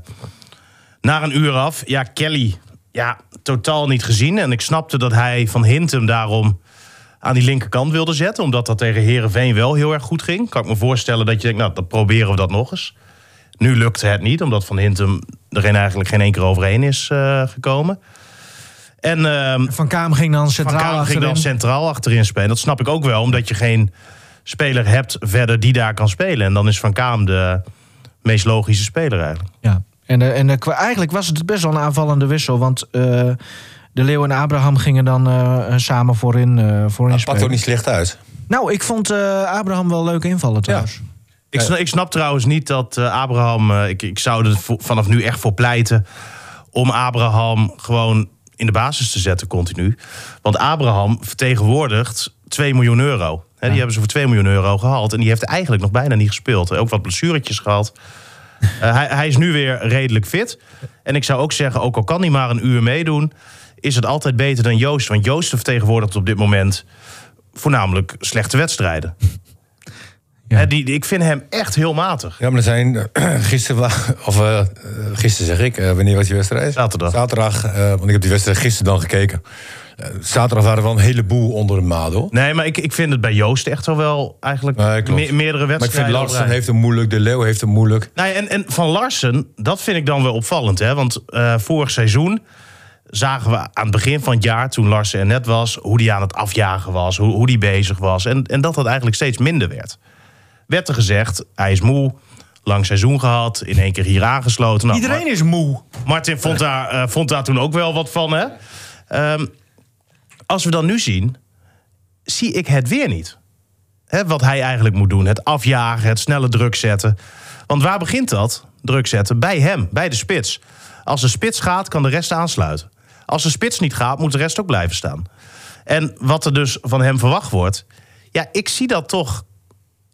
Speaker 3: naar een uur af. Ja, Kelly, ja, totaal niet gezien. En ik snapte dat hij van Hintem daarom aan die linkerkant wilde zetten. Omdat dat tegen Herenveen wel heel erg goed ging. Kan ik me voorstellen dat je denkt, nou, dan proberen we dat nog eens. Nu lukte het niet, omdat Van Hintem er geen- eigenlijk geen één keer overheen is eh, gekomen. En ehm,
Speaker 2: Van Kaam ging dan
Speaker 3: van
Speaker 2: centraal
Speaker 3: Kamer ging
Speaker 2: achterin.
Speaker 3: dan centraal achterin spelen. Dat snap ik ook wel, omdat je geen speler hebt verder die daar kan spelen. En dan is Van Kaam de meest logische speler eigenlijk.
Speaker 2: Ja. En, eh, en eh, qua- eigenlijk was het best wel een aanvallende wissel, want eh, de Leeuw en Abraham gingen dan eh, eh, samen voorin, eh voorin
Speaker 4: Dat pakt ook
Speaker 2: spelen.
Speaker 4: niet slecht uit.
Speaker 2: Nou, ik vond eh, Abraham wel leuke invallen trouwens.
Speaker 3: Ik, sna- ik snap trouwens niet dat eh, Abraham... eh, ik, ik zou er vo- vanaf nu echt voor pleiten om Abraham gewoon in de basis te zetten continu. Want Abraham vertegenwoordigt 2 miljoen euro. Hè, die hebben ze voor 2 miljoen euro gehaald. En die heeft eigenlijk nog bijna niet gespeeld. Ook wat blessuretjes gehad. Eh, hij, hij is nu weer redelijk fit. En ik zou ook zeggen, ook al kan hij maar een uur meedoen... is het altijd beter dan Joost. Want Joost vertegenwoordigt op dit moment voornamelijk slechte wedstrijden.
Speaker 2: Ja.
Speaker 3: Hè, die, die- ik vind hem echt heel matig.
Speaker 4: Ja, maar er zijn eh, gisteren, wa- of eh, eh, gisteren zeg ik, eh, wanneer was die wedstrijd?
Speaker 3: Zaterdag.
Speaker 4: Zaterdag, eh, want ik heb die wedstrijd gisteren dan gekeken. Eh, zaterdag waren er wel een heleboel onder de maat hoor.
Speaker 3: Nee, maar ik, ik vind het bij Joost echt wel wel eigenlijk
Speaker 4: Nee, klopt.
Speaker 3: me- meerdere wedstrijden.
Speaker 4: Maar ik vind
Speaker 3: op
Speaker 4: Larsen
Speaker 3: rij.
Speaker 4: heeft het moeilijk, De Leeuw heeft het moeilijk.
Speaker 3: Nou ja, en, en van Larsen, dat vind ik dan wel opvallend. Hè? Want eh, vorig seizoen zagen we aan het begin van het jaar, toen Larsen er net was, hoe die aan het afjagen was, hoe, hoe die bezig was. En, en dat dat eigenlijk steeds minder werd. Werd er gezegd, hij is moe, lang seizoen gehad, in één keer hier aangesloten. Nou,
Speaker 2: Iedereen is moe.
Speaker 3: Martin vond daar, eh, vond daar toen ook wel wat van. Hè? Ehm, als we dan nu zien, zie ik het weer niet. Hè, wat hij eigenlijk moet doen. Het afjagen, het snelle druk zetten. Want waar begint dat? Druk zetten bij hem, bij de spits. Als de spits gaat, kan de rest aansluiten. Als de spits niet gaat, moet de rest ook blijven staan. En wat er dus van hem verwacht wordt... Ja, ik zie dat toch...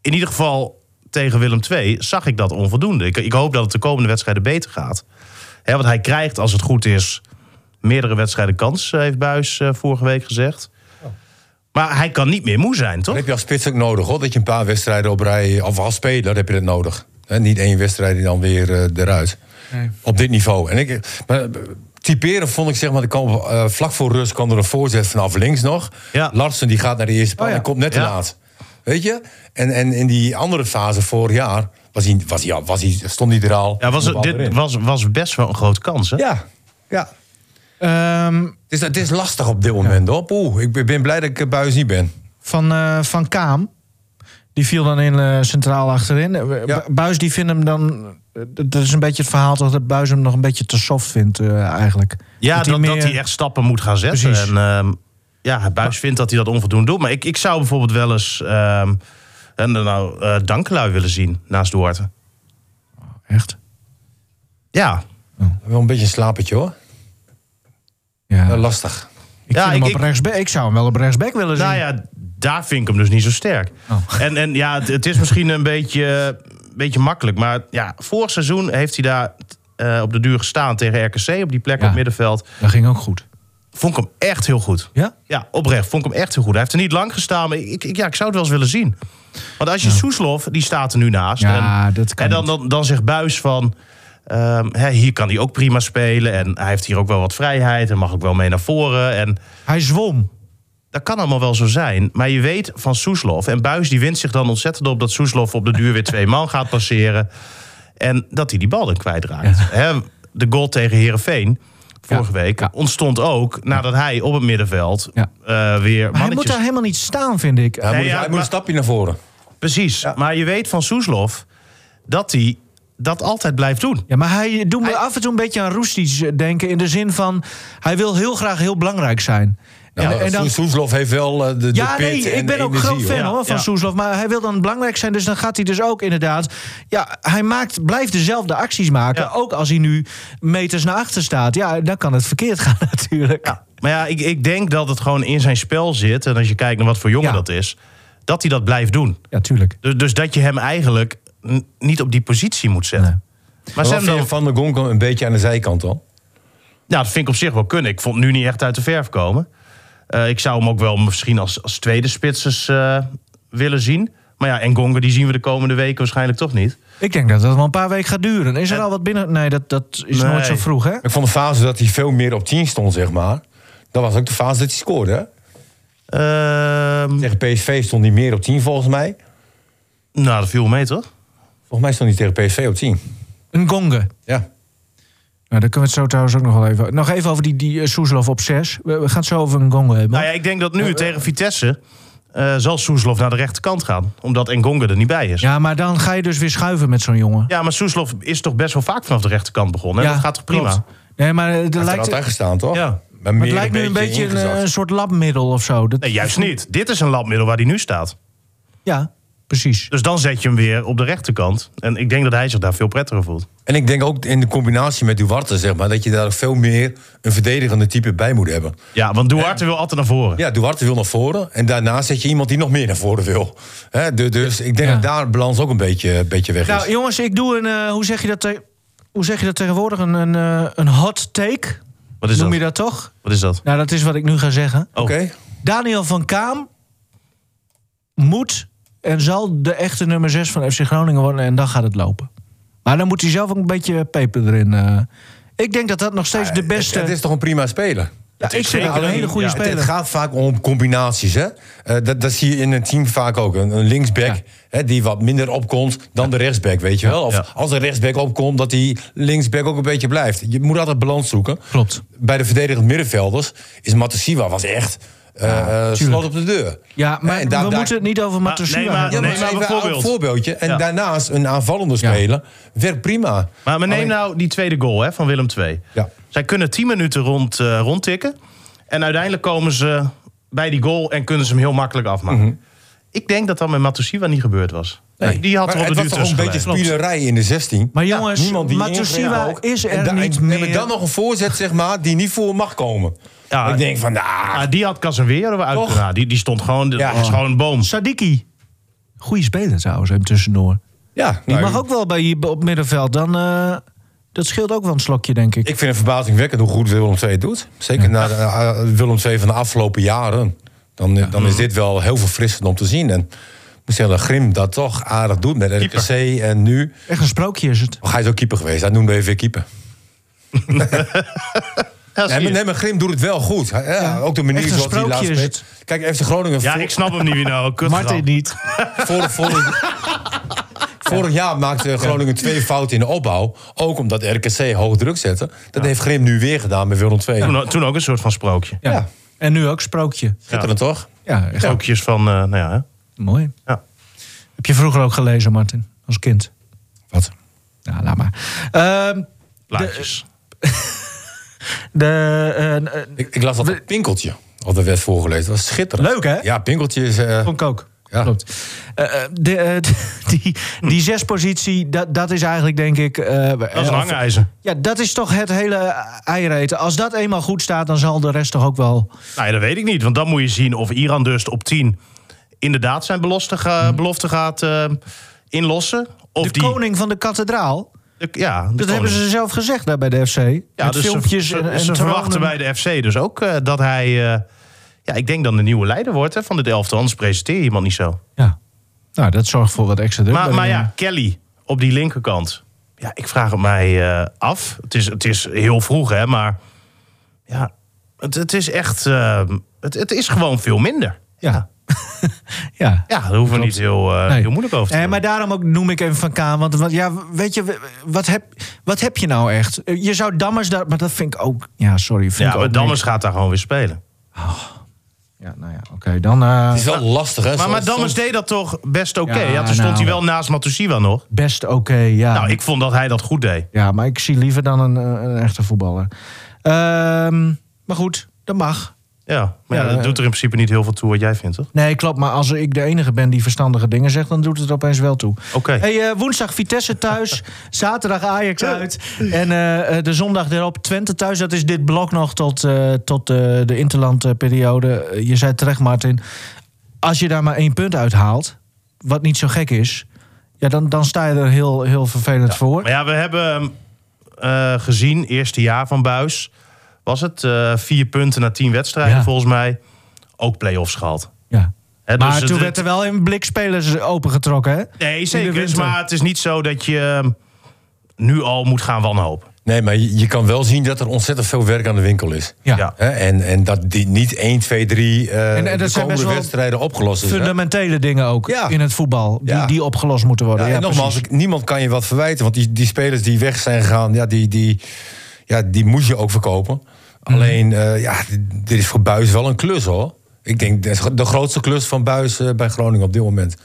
Speaker 3: In ieder geval tegen Willem II zag ik dat onvoldoende. Ik, ik hoop dat het de komende wedstrijden beter gaat. Hè, want hij krijgt, als het goed is, meerdere wedstrijden kans, eh, heeft Buis vorige week gezegd. Maar hij kan niet meer moe zijn, toch?
Speaker 4: Dat heb je als spits ook nodig, hoor. Dat je een paar wedstrijden op rij, of als speler heb je dat nodig. Hè, niet één wedstrijd en dan weer eh, eruit. Op dit niveau. En ik, maar, eh, typeren vond ik, zeg maar, er kwam, eh, vlak voor rust kwam er een voorzet vanaf links nog.
Speaker 3: Ja.
Speaker 4: Larsen die gaat naar de eerste paal
Speaker 2: Oh, ja.
Speaker 4: en komt net te
Speaker 3: Ja.
Speaker 4: laat. Weet je? En, en in die andere fase vorig jaar was hij, was hij, al- was hij, stond hij er al.
Speaker 3: Ja, was,
Speaker 4: Stond de bal
Speaker 3: dit
Speaker 4: erin.
Speaker 3: was, was best wel een grote kans, hè?
Speaker 4: ja. ja.
Speaker 2: Ehm,
Speaker 4: Het, is, het is lastig op dit moment, hoor. Oeh, ik ben- ben blij dat ik eh, buis niet ben.
Speaker 2: van, eh, van Kaam. Die viel dan in eh, centraal achterin. Eh,
Speaker 4: Ja.
Speaker 2: Bu- Buis die vindt hem dan. eh, Dat dat is een beetje het verhaal toch dat Buis hem nog een beetje te soft vindt eh, eigenlijk.
Speaker 3: Ja, dat,
Speaker 2: hij
Speaker 3: dat,
Speaker 2: meer-
Speaker 3: hij echt stappen moet gaan zetten.
Speaker 2: Precies.
Speaker 3: En ehm, ja, Buis vindt dat hij dat onvoldoende doet. Maar ik, ik zou bijvoorbeeld wel eens ehm, en, eh, nou, eh, Dankelui willen zien naast Duarte.
Speaker 2: Echt?
Speaker 3: Ja,
Speaker 4: Wel een beetje een slapertje, hoor.
Speaker 2: Ja.
Speaker 4: Wel lastig.
Speaker 2: Ik,
Speaker 3: Ja,
Speaker 2: vind hem
Speaker 3: ik-
Speaker 2: op
Speaker 3: ik-
Speaker 2: rechtsback- ik zou hem wel op rechtsback willen zien.
Speaker 3: nou ja, daar vind ik hem dus niet zo sterk.
Speaker 2: Oh.
Speaker 3: En, en ja, het, het is misschien een beetje, beetje makkelijk. Maar ja, vorig seizoen heeft hij daar eh, op de duur gestaan tegen RKC op die plek
Speaker 2: Ja.
Speaker 3: op middenveld.
Speaker 2: Dat ging ook goed.
Speaker 3: Vond ik hem echt heel goed.
Speaker 2: Ja?
Speaker 3: Ja, oprecht. Vond ik hem echt heel goed. Hij heeft er niet lang gestaan, maar ik, ik, ja, ik zou het wel eens willen zien. Want als je Soeslof, die staat er nu naast.
Speaker 2: Ja,
Speaker 3: en,
Speaker 2: dat kan
Speaker 3: En dan, dan, dan zegt Buis van... ehm, hè, hier kan hij ook prima spelen. En hij heeft hier ook wel wat vrijheid. En mag ook wel mee naar voren. En
Speaker 2: Hij zwom.
Speaker 3: dat kan allemaal wel zo zijn. Maar je weet van Soeslof. En Buis die wint zich dan ontzettend op dat Soeslof op de duur weer twee man gaat passeren. En dat hij die bal dan kwijtraakt. Hè, de goal tegen Herenveen vorige
Speaker 2: Ja,
Speaker 3: week
Speaker 2: ja.
Speaker 3: ontstond ook nadat hij op het middenveld
Speaker 2: Ja.
Speaker 3: eh, weer
Speaker 2: Maar hij moet
Speaker 3: mannetjes
Speaker 2: daar helemaal niet staan, vind ik.
Speaker 4: Hij,
Speaker 3: Nee,
Speaker 4: moet,
Speaker 3: ja,
Speaker 4: hij moet
Speaker 3: maar-
Speaker 4: een stapje naar voren.
Speaker 3: Precies, maar je weet van Soeslof dat hij dat altijd blijft doen.
Speaker 2: Ja, maar hij doet me af en toe een beetje aan Roestic denken. In de zin van, hij wil heel graag heel belangrijk zijn.
Speaker 4: Nou,
Speaker 2: en, en dan,
Speaker 4: Soes- Soeslof heeft wel eh, de, de
Speaker 2: ja,
Speaker 4: pit
Speaker 2: nee,
Speaker 4: en
Speaker 2: ik ben
Speaker 4: de
Speaker 2: ook
Speaker 4: energie,
Speaker 2: groot fan
Speaker 4: hoor.
Speaker 2: hoor, van
Speaker 3: Ja.
Speaker 2: Soeslof. Maar hij wil dan belangrijk zijn, dus dan gaat hij dus ook inderdaad... Ja, hij maakt, blijft dezelfde acties maken.
Speaker 3: Ja.
Speaker 2: Ook als hij nu meters naar achter staat. Ja, dan kan het verkeerd gaan natuurlijk.
Speaker 3: Maar ja, ik, ik denk dat het gewoon in zijn spel zit. En als je kijkt naar wat voor jongen
Speaker 2: Ja.
Speaker 3: dat is, dat hij dat blijft doen.
Speaker 2: Ja, tuurlijk.
Speaker 3: Dus, dus dat je hem eigenlijk n- niet op die positie moet zetten. Maar zijn
Speaker 4: Maar wat vind
Speaker 3: dan,
Speaker 4: je van de Gonk een beetje aan de zijkant dan?
Speaker 3: nou, dat vind ik op zich wel kunnen. Ik vond het nu niet echt uit de verf komen. Eh, ik zou hem ook wel misschien als, als tweede spitsers eh, willen zien. Maar ja, en Gonga, die zien we de komende weken waarschijnlijk toch niet.
Speaker 2: Ik denk dat dat wel een paar weken gaat duren. Is er
Speaker 3: En-
Speaker 2: al wat binnen? Nee, dat, dat is
Speaker 3: Nee.
Speaker 2: nooit zo vroeg, hè?
Speaker 4: Ik vond de fase dat hij veel meer op 10 stond, zeg maar. Dat was ook de fase dat hij scoorde. Hè?
Speaker 3: Ehm,
Speaker 4: Tegen PSV stond hij meer op 10 volgens mij.
Speaker 3: Nou, dat viel mee, toch?
Speaker 4: Volgens mij stond hij tegen PSV op 10.
Speaker 2: Een gongen.
Speaker 4: Ja.
Speaker 2: Nou, daar kunnen we het zo trouwens ook nog wel even... Nog even over die, die eh, Soeslof op 6. We, we gaan het zo over een gongen hebben.
Speaker 3: Nou ja, ik denk dat nu tegen Vitesse eh, zal Soeslof naar de rechterkant gaan. Omdat Engonga er niet bij is. Ja,
Speaker 2: Ja, maar dan ga je dus weer schuiven met zo'n jongen.
Speaker 3: maar Soeslof is toch best wel vaak vanaf de rechterkant begonnen. hè?
Speaker 2: Ja,
Speaker 3: dat gaat toch prima?
Speaker 2: klopt. Nee, maar eh, dat lijkt,
Speaker 4: Hij heeft er altijd gestaan, toch?
Speaker 3: Ja.
Speaker 2: maar
Speaker 4: Maar meer
Speaker 2: het lijkt nu een beetje een,
Speaker 4: ingezakt.
Speaker 2: eh, soort labmiddel of zo. Dat-
Speaker 3: Nee, juist niet. Dit is een labmiddel waar hij nu staat.
Speaker 2: Ja. precies.
Speaker 3: Dus dan zet je hem weer op de rechterkant. En ik denk dat hij zich daar veel prettiger voelt.
Speaker 4: En ik denk ook in de combinatie met Duarte, zeg maar, dat je daar veel meer een verdedigende type bij moet hebben.
Speaker 3: Ja, want Duarte wil altijd naar voren.
Speaker 4: Ja, Duarte wil naar voren. En daarna zet je iemand die nog meer naar voren wil. Hè, du- dus ik denk
Speaker 2: Ja.
Speaker 4: dat daar de balans ook een beetje, een beetje weg is.
Speaker 2: Nou, jongens, ik doe een. eh, hoe, zeg je dat te- hoe zeg je dat tegenwoordig? Een, een, eh, een hot take.
Speaker 3: Wat is
Speaker 2: Noem
Speaker 3: dat?
Speaker 2: je dat toch?
Speaker 3: Wat is dat?
Speaker 2: Nou, dat is wat ik nu ga zeggen.
Speaker 3: Oh.
Speaker 4: Oké.
Speaker 2: Daniel van Kaam moet en zal de echte nummer 6 van FC Groningen worden. En dan gaat het lopen. Maar dan moet hij zelf ook een beetje peper erin. eh. Ik denk dat dat nog steeds de beste...
Speaker 4: Het, het is toch een prima speler?
Speaker 2: ja, ik vind
Speaker 3: zeker
Speaker 2: dat een
Speaker 3: een-
Speaker 2: hele goede
Speaker 3: ja,
Speaker 4: Het, het
Speaker 2: speler.
Speaker 4: gaat vaak om combinaties. Hè? Eh, dat, dat zie je in een team vaak ook. Een, een linksback hè, die wat minder opkomt dan de rechtsback, weet je wel. Of
Speaker 3: Ja.
Speaker 4: als de rechtsback opkomt, dat die linksback ook een beetje blijft. Je moet altijd balans zoeken.
Speaker 2: Klopt.
Speaker 4: Bij de verdedigend middenvelders is Matasiwa was echt eh eh, slot op de deur.
Speaker 2: Ja, maar
Speaker 4: Hè, en daar-
Speaker 2: we
Speaker 4: daar-
Speaker 2: moeten het niet over
Speaker 3: Maar-
Speaker 2: Matosua
Speaker 3: nee, maar-
Speaker 2: hebben.
Speaker 4: Ja, maar
Speaker 3: Nee, maar
Speaker 4: even
Speaker 3: een
Speaker 4: een
Speaker 3: voorbeeld.
Speaker 4: voorbeeldje. En
Speaker 3: Ja.
Speaker 4: daarnaast een aanvallende
Speaker 2: Ja.
Speaker 4: speler werkt prima.
Speaker 3: Maar, maar neem
Speaker 4: Alleen-
Speaker 3: nou die tweede goal hè, van Willem II.
Speaker 4: Ja.
Speaker 3: Zij kunnen 10 minuten rond, eh, rondtikken. En uiteindelijk komen ze bij die goal en kunnen ze hem heel makkelijk afmaken. Ik denk dat dat met Matosiwa niet gebeurd was.
Speaker 4: Mhm. Nee.
Speaker 3: Die had er
Speaker 4: Maar
Speaker 3: op de
Speaker 4: het
Speaker 3: duur
Speaker 4: was toch
Speaker 3: tussen
Speaker 4: een beetje
Speaker 3: gelegen.
Speaker 4: spielerij in de 16.
Speaker 2: Maar jongens,
Speaker 4: Niemand die
Speaker 2: Matosiwa
Speaker 4: ingreep ook.
Speaker 2: is er
Speaker 4: en da-
Speaker 2: niet
Speaker 4: en,
Speaker 2: meer.
Speaker 4: En dan nog een voorzet, zeg maar, die niet voor mag komen.
Speaker 3: Ja.
Speaker 4: ik denk van, nou,
Speaker 3: Ah, die had Casemiro er wel uit.
Speaker 4: Toch?
Speaker 3: kunnen halen. Die, die stond gewoon, dat
Speaker 4: Ja.
Speaker 3: was gewoon een boom.
Speaker 2: Sadiki. Goeie speler trouwens, hem tussendoor.
Speaker 4: ja,
Speaker 2: Die
Speaker 4: nou,
Speaker 2: mag ook wel bij je op middenveld. Dan, eh, dat scheelt ook wel een slokje, denk ik.
Speaker 4: Ik vind het verbazingwekkend hoe goed Willem II het doet. Zeker na de, eh, Willem II van de afgelopen jaren. Dan, dan is dit wel heel verfrissend om te zien. En ik moet zeggen, dat Grim dat toch aardig doet met RKC. En nu,
Speaker 2: Echt een sprookje is het.
Speaker 4: oh, hij is ook keeper geweest. Hij noemde even weer keeper.
Speaker 3: Ja, zie
Speaker 4: Nee,
Speaker 3: je.
Speaker 4: maar, nee, maar Grim doet het wel goed. Hij- ja, Ook de manier
Speaker 2: Echt een
Speaker 4: zoals hij laatst
Speaker 2: sprookje is
Speaker 4: speelt. Kijk, FC Groningen...
Speaker 3: Ja,
Speaker 4: voor-
Speaker 3: ik snap hem niet wie nou. Kut
Speaker 2: Martin
Speaker 3: grap.
Speaker 2: niet.
Speaker 4: Vorig, vorig, vorig jaar maakte Groningen twee fouten in de opbouw. Ook omdat RKC hoog druk zette. Dat heeft Grim nu weer gedaan bij Willem II.
Speaker 3: Toen, toen ook een soort van sprookje.
Speaker 2: Ja.
Speaker 4: Ja.
Speaker 2: En nu ook sprookje.
Speaker 4: Schitterend toch?
Speaker 2: Ja, echt ook.
Speaker 3: Sprookjes van, eh, nou ja. hè.
Speaker 2: Mooi.
Speaker 3: ja.
Speaker 2: Heb je vroeger ook gelezen, Martin? Als kind?
Speaker 4: Wat?
Speaker 2: Nou, laat maar. Ehm,
Speaker 3: Plaatjes.
Speaker 2: de, eh, eh,
Speaker 4: Ik, ik las dat Pinkeltje. Of dat werd voorgelezen. Dat was schitterend.
Speaker 2: Leuk, hè?
Speaker 4: Ja, Pinkeltje is... eh,
Speaker 2: vond ik ook.
Speaker 4: Ja.
Speaker 2: Klopt. Eh, eh, de, eh, die, die zespositie, dat, dat is eigenlijk denk ik... dat
Speaker 3: Dat is een hangijzer.
Speaker 2: Ja, dat is toch het hele eireten. Als dat eenmaal goed staat, dan zal de rest toch ook wel...
Speaker 3: Nou ja, dat weet ik niet. Want dan moet je zien of Iran dus op 10 inderdaad zijn belofte, ga- belofte gaat eh, inlossen. Of
Speaker 2: Hm. de
Speaker 3: die,
Speaker 2: koning van de kathedraal,
Speaker 3: de- ja, de
Speaker 2: dat
Speaker 3: koning.
Speaker 2: hebben ze zelf gezegd daar bij de FC.
Speaker 3: ja,
Speaker 2: Met
Speaker 3: dus
Speaker 2: filmpjes
Speaker 3: ze,
Speaker 2: en, en
Speaker 3: ze
Speaker 2: tronen.
Speaker 3: verwachten bij de FC dus ook eh, dat hij... eh, ja, ik denk dan de nieuwe leider wordt hè, van dit elftal. Anders presenteer je iemand niet zo.
Speaker 2: Ja. Nou, dat zorgt voor wat extra druk.
Speaker 3: Maar,
Speaker 2: bij
Speaker 3: maar
Speaker 2: de-
Speaker 3: ja, Kelly op die linkerkant. Ja, ik vraag het mij eh, af. Het is, het is heel vroeg, hè, maar ja, het, het is echt. eh, het, het is gewoon veel minder.
Speaker 2: Ja. ja.
Speaker 3: Ja, daar hoeven we niet heel, eh,
Speaker 2: Nee.
Speaker 3: heel moeilijk over te
Speaker 2: Eh,
Speaker 3: doen.
Speaker 2: maar daarom ook noem ik even Van Kaan. Want, want ja, weet je, we- wat heb, wat heb je nou echt? Eh, Je zou Dammers daar... Maar dat vind ik ook... Ja, sorry. Vind
Speaker 3: ja,
Speaker 2: ik ook
Speaker 3: maar Dammers gaat daar gewoon weer spelen.
Speaker 2: niks. Ja, nou ja, oké. dan eh,
Speaker 4: Het is wel lastig, hè?
Speaker 3: Maar, maar
Speaker 4: Zoals-
Speaker 3: Dammers deed dat toch best oké.
Speaker 2: Ja,
Speaker 3: Ja, toen stond
Speaker 2: nou.
Speaker 3: hij wel naast Matusiwa nog.
Speaker 2: best oké, ja.
Speaker 3: Nou, ik vond dat hij dat goed deed.
Speaker 2: Ja, maar ik zie liever dan een, eh, een echte voetballer. Ehm, maar goed, dat mag.
Speaker 3: Ja, maar ja,
Speaker 2: Ja,
Speaker 3: dat
Speaker 2: eh.
Speaker 3: doet er in principe niet heel veel toe wat jij vindt, toch?
Speaker 2: Nee, klopt. Maar als ik de enige ben die verstandige dingen zegt, dan doet het opeens wel toe.
Speaker 3: Oké.
Speaker 2: Hey, eh, woensdag Vitesse thuis, zaterdag Ajax uit. En eh, eh, de zondag erop Twente thuis. Dat is dit blok nog tot, eh, tot eh, de interlandperiode. Eh, je zei terecht, Martin. Als je daar maar één punt uithaalt, wat niet zo gek is... Ja, dan, dan sta je er heel, heel vervelend voor.
Speaker 3: Maar ja, we hebben eh, gezien, eerste jaar van Buis. Was het eh, vier punten na tien wedstrijden,
Speaker 2: Ja.
Speaker 3: volgens mij. Ook play-offs gehaald.
Speaker 2: Ja.
Speaker 3: Hè,
Speaker 2: Maar
Speaker 3: dus het-
Speaker 2: toen werd er wel een blik spelers opengetrokken, hè?
Speaker 3: Nee,
Speaker 2: de
Speaker 3: zeker.
Speaker 2: winter.
Speaker 3: Maar het is niet zo dat je eh, nu al moet gaan wanhopen.
Speaker 4: Nee, maar je, je kan wel zien dat er ontzettend veel werk aan de winkel is.
Speaker 2: Ja.
Speaker 3: Ja.
Speaker 4: Hè, en, en dat die niet 1, 2, 3 eh
Speaker 2: en dat
Speaker 4: de
Speaker 2: zijn best
Speaker 4: komende
Speaker 2: wel
Speaker 4: wedstrijden opgelost is. hè.
Speaker 2: Fundamentele dingen ook
Speaker 4: Ja.
Speaker 2: in het voetbal. Die,
Speaker 4: Ja.
Speaker 2: die opgelost moeten worden.
Speaker 4: Ja,
Speaker 2: Ja,
Speaker 4: en nogmaals,
Speaker 2: precies.
Speaker 4: ik- niemand kan je wat verwijten. Want die, die spelers die weg zijn gegaan, ja, die, die, ja, die moet je ook verkopen.
Speaker 3: Mhm.
Speaker 4: Alleen, eh, ja, dit- dit is voor Buis wel een klus hoor. Ik denk dit is de grootste klus van Buis eh, bij Groningen op dit moment.